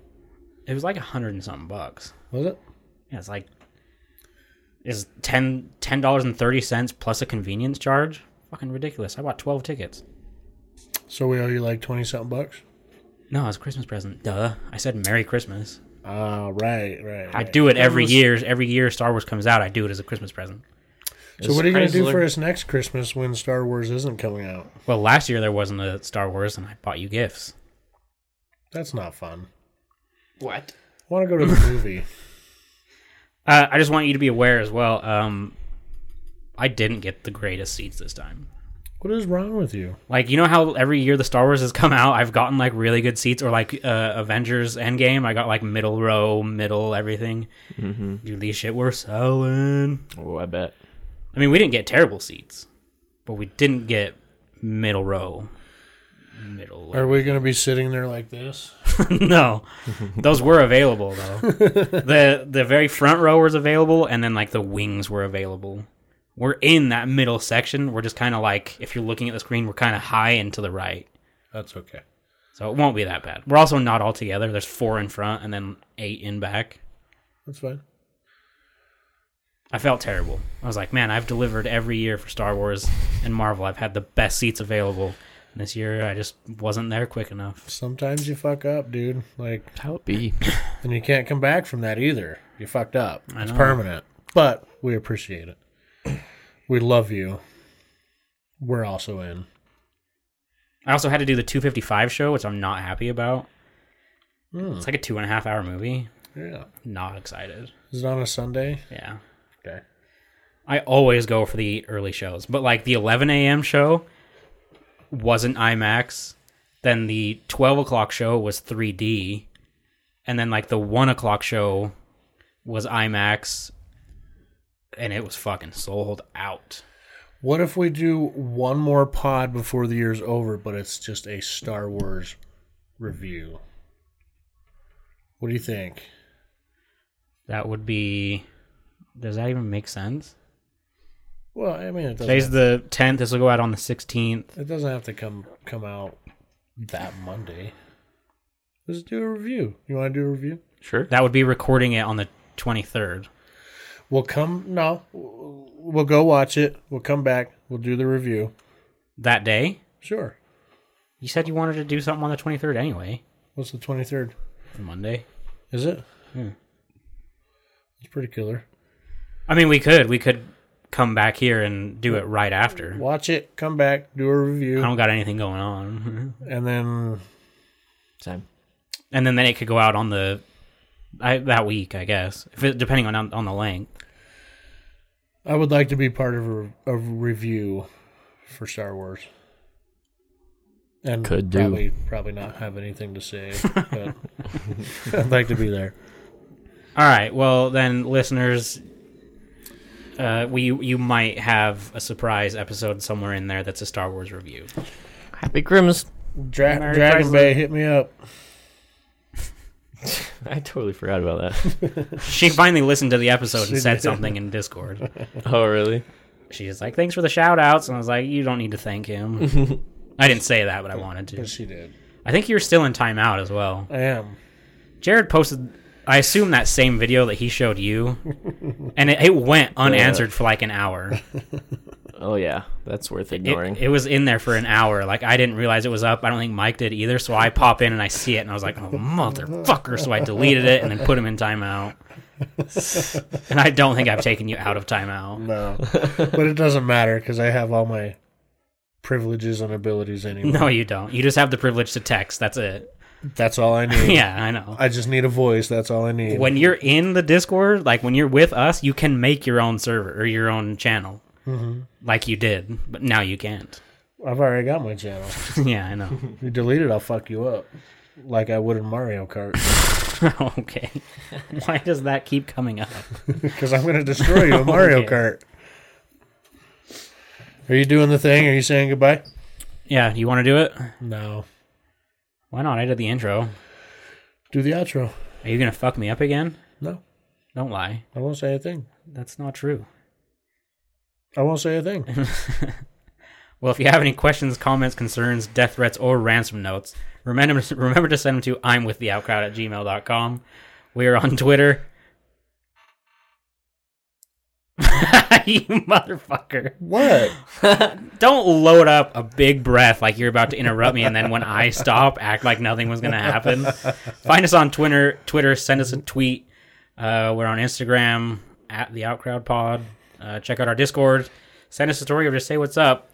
It was like a hundred and something bucks. Was it? Yeah, it's like is ten ten dollars and thirty cents plus a convenience charge. Fucking ridiculous. I bought twelve tickets. So we owe you like twenty something bucks. No, it's a Christmas present. Duh. I said Merry Christmas. Ah, right, right. I right. do it every year. Every year Star Wars comes out, I do it as a Christmas present. So what are you gonna do for us next Christmas when Star Wars isn't coming out? Well, last year there wasn't a Star Wars, and I bought you gifts. That's not fun. What? I want to go to the *laughs* movie. Uh, I just want you to be aware as well. Um, I didn't get the greatest seats this time. What is wrong with you? Like you know how every year the Star Wars has come out, I've gotten like really good seats, or like uh, Avengers Endgame, I got like middle row, middle everything. Mm-hmm. Dude, these shit we're selling. Oh, I bet. I mean, we didn't get terrible seats, but we didn't get middle row, middle. Are we gonna be sitting there like this? *laughs* no, those were available though. the The very front row was available, and then like the wings were available. We're in that middle section. We're just kind of like if you're looking at the screen, we're kind of high and to the right, That's okay. so it won't be that bad. We're also not all together. There's four in front and then eight in back. That's fine. I felt terrible. I was like, man, I've delivered every year for Star Wars and Marvel. I've had the best seats available. And this year, I just wasn't there quick enough. Sometimes you fuck up, dude. Like, How it *coughs* be? and you can't come back from that either. You fucked up. I It's know. permanent. But we appreciate it. We love you. We're also in. I also had to do the 255 show, which I'm not happy about. Hmm. It's like a two and a half hour movie. Yeah. Not excited. Is it on a Sunday? Yeah. Okay. I always go for the early shows, but like the 11 a.m. show wasn't IMAX. Then the 12 o'clock show was 3D. And then like the 1 o'clock show was IMAX. And it was fucking sold out. What if we do one more pod before the year's over, but it's just a Star Wars review? What do you think? That would be. Does that even make sense? Well, I mean, it doesn't, Today's have, the 10th. This will go out on the 16th. it doesn't have to come come out that Monday. Let's do a review. You want to do a review? Sure. That would be recording it on the 23rd. We'll come. No, we'll go watch it. We'll come back. We'll do the review. That day? Sure. You said you wanted to do something on the 23rd anyway. What's the twenty third? Monday. Is it? Hmm. It's pretty killer. I mean, we could. We could come back here and do it right after. Watch it. Come back. Do a I review, don't got anything going on. *laughs* and then Same. and then, then it could go out on the. I, that week, I guess, if it, depending on on the length. I would like to be part of a, a review for Star Wars. And Could do. Probably, probably not have anything to say, *laughs* but *laughs* I'd like to be there. All right. Well, then, listeners, uh, we you might have a surprise episode somewhere in there that's a Star Wars review. Happy Grimace. Dra- Merry Dragon Chrysler. Bay, hit me up. *laughs* I totally forgot about that. *laughs* She finally listened to the episode and She said did. something in Discord. oh, really? She's like, "Thanks for the shout outs," and I was like, "You don't need to thank him." I didn't say that, but I wanted to. Yes, she did. I think you're still in timeout as well. I am. Jared posted, I assume that same video that he showed you, and it, it went unanswered for like an hour. Oh, yeah. That's worth It, *laughs* ignoring. it was in there for an hour. Like I didn't realize it was up. I don't think Mike did either. So I pop in and I see it, and I was like, "Oh motherfucker!" So I deleted it and then put him in timeout. and I don't think I've taken you out of timeout. *laughs* No, but it doesn't matter because I have all my privileges and abilities anyway. No, you don't. You just have the privilege to text. That's it. *laughs* That's all I need. Yeah, I know. I just need a voice. That's all I need. when you're in the Discord, like when you're with us, you can make your own server or your own channel, like you did, but now you can't. *laughs* I've already got my channel. yeah, I know. *laughs* If you delete it, I'll fuck you up, like I would in Mario Kart. *laughs* okay, why does that keep coming up? Because I'm going to destroy *laughs* you in Mario Okay. Kart. Are you doing the thing? Are you saying goodbye? Yeah, you want to do it? No. Why not? I did the intro. Do the outro. Are you gonna fuck me up again? No, Don't lie. I won't say a thing. That's not true. I won't say a thing. *laughs* Well, if you have any questions, comments, concerns, death threats, or ransom notes, remember *laughs* to, remember to send them to I'm with the outcrowd at gmail.com. We are on Twitter. *laughs* you motherfucker. What? Don't load up a big breath like you're about to interrupt me, and then when I stop, act like nothing was going to happen. Find us on Twitter. Twitter, send us a tweet. Uh, we're on Instagram at the Outcrowd Pod. Uh, check out our Discord. Send us a story or just say what's up.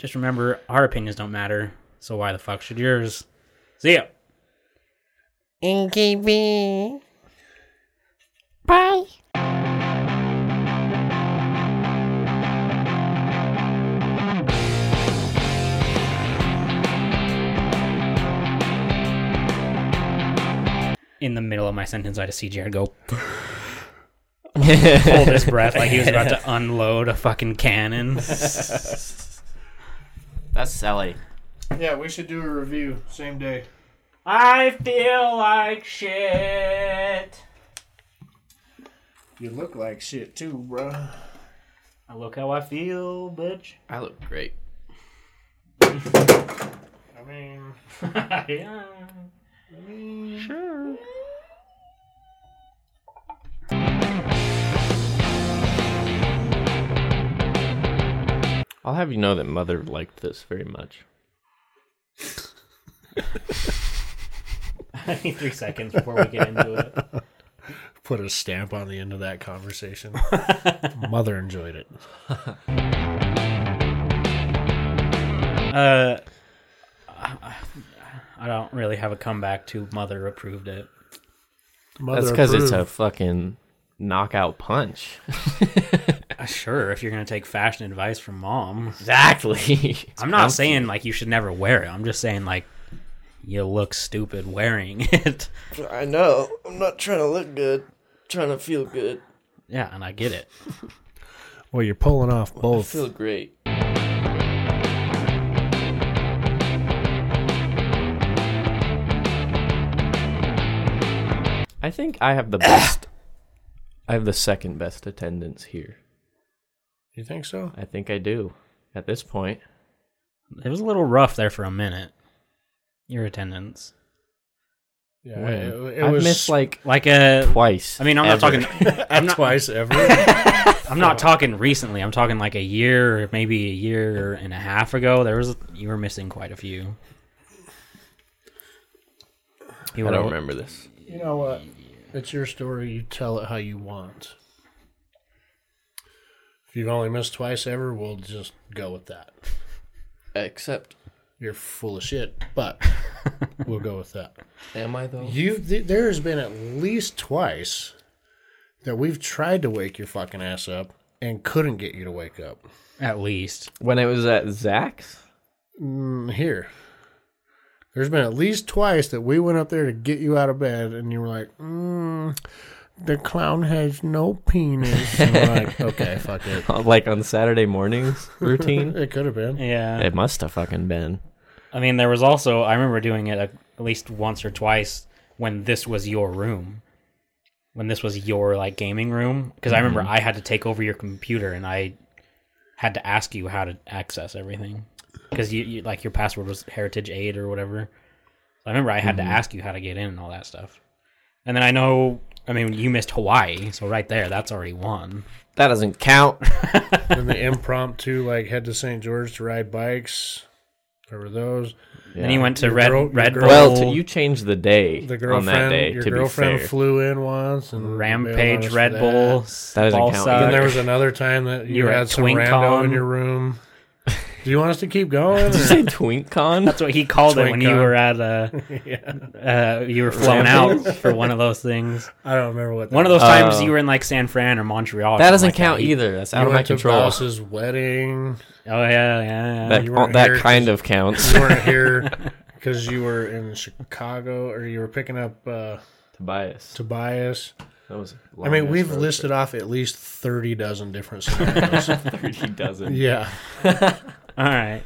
Just remember, our opinions don't matter, so why the fuck should yours? See ya. NKB. Bye. In the middle of my sentence, I just see Jared go hold his breath like he was about *laughs* to unload a fucking cannon. *laughs* That's Sally. Yeah, we should do a review same day. I feel like shit. You look like shit too, bro. I look how I feel, bitch. *laughs* I look great. I mean, yeah. I'll have you know that Mother liked this very much. 93 seconds before we get into it. put a stamp on the end of that *laughs* conversation. Mother enjoyed it. *laughs* Uh, I don't really have a comeback to Mother approved it. Mother That's because it's a approved. fucking knockout punch. Uh, Sure, if you're going to take fashion advice from mom. *laughs* Exactly. I'm not saying like you should never wear it. I'm just saying like you look stupid wearing *laughs* it. I know. I'm not trying to look good. trying to feel good. Yeah, and I get it. Well, you're pulling off both. great. I think I have the best. I have the second best attendance here. You think so? I think I do at this point. It was a little rough there for a minute. Your attendance, Yeah. When? Uh, It, it I've was *laughs* missed like like a. twice. I mean, I'm ever. not talking. I'm not. *laughs* twice ever. I'm not talking recently. I'm talking like a year, or maybe a year and a half ago. There was you were missing quite a few. You I would've- don't remember this. you know what? It's your story. You tell it how you want. If you've only missed twice ever, we'll just go with that. Except, You're full of shit, *laughs* but we'll go with that. am I though? You, th- there has been at least twice that we've tried to wake your fucking ass up and couldn't get you to wake up. At least When I was at Zach's, Mm, here, there's been at least twice that we went up there to get you out of bed, and you were like, mm, "The clown has no penis." And we're like, okay, fuck it. like on Saturday mornings routine, It could have been. yeah. it must have fucking been. I mean, there was also I remember doing it at at least once or twice when this was your room, when this was your like gaming room, because I remember I had to take over your computer and I had to ask you how to access everything because you, you like your password was heritage aid or whatever. So I remember I had to ask you how to get in and all that stuff. And then I know, I mean, you missed Hawaii, so right there, that's already one. That doesn't *laughs* count. Then the impromptu like head to St. George to ride bikes. There were those. Then you went to Your Red girl- your Red girl- Bull Well, to, you changed the day The on girlfriend, that day. your To girlfriend be fair, flew in once and bailed on Rampage us Red for Bull. That doesn't ball count. suck. Then there was another time that you, You were had at some Twink rando in Con. your room. Do you want us to keep *laughs* going? *laughs* did you say TwinkCon? That's what he called it when you Twinkie. were at uh, uh you were flown out for one of those things. I don't remember what. That One of those was. times you were in like San Fran or Montreal. or That doesn't something like count He- either. That's You out of my went to control. Boss's wedding. Oh yeah, yeah. yeah. That, you oh, weren't that here 'cause- kind *laughs* of counts. You weren't here because you were in Chicago or you were picking up uh, Tobias. Tobias. That was. a I mean, long-ass we've road *laughs* listed off at least thirty dozen different scenarios. trip. He doesn't. yeah, All right.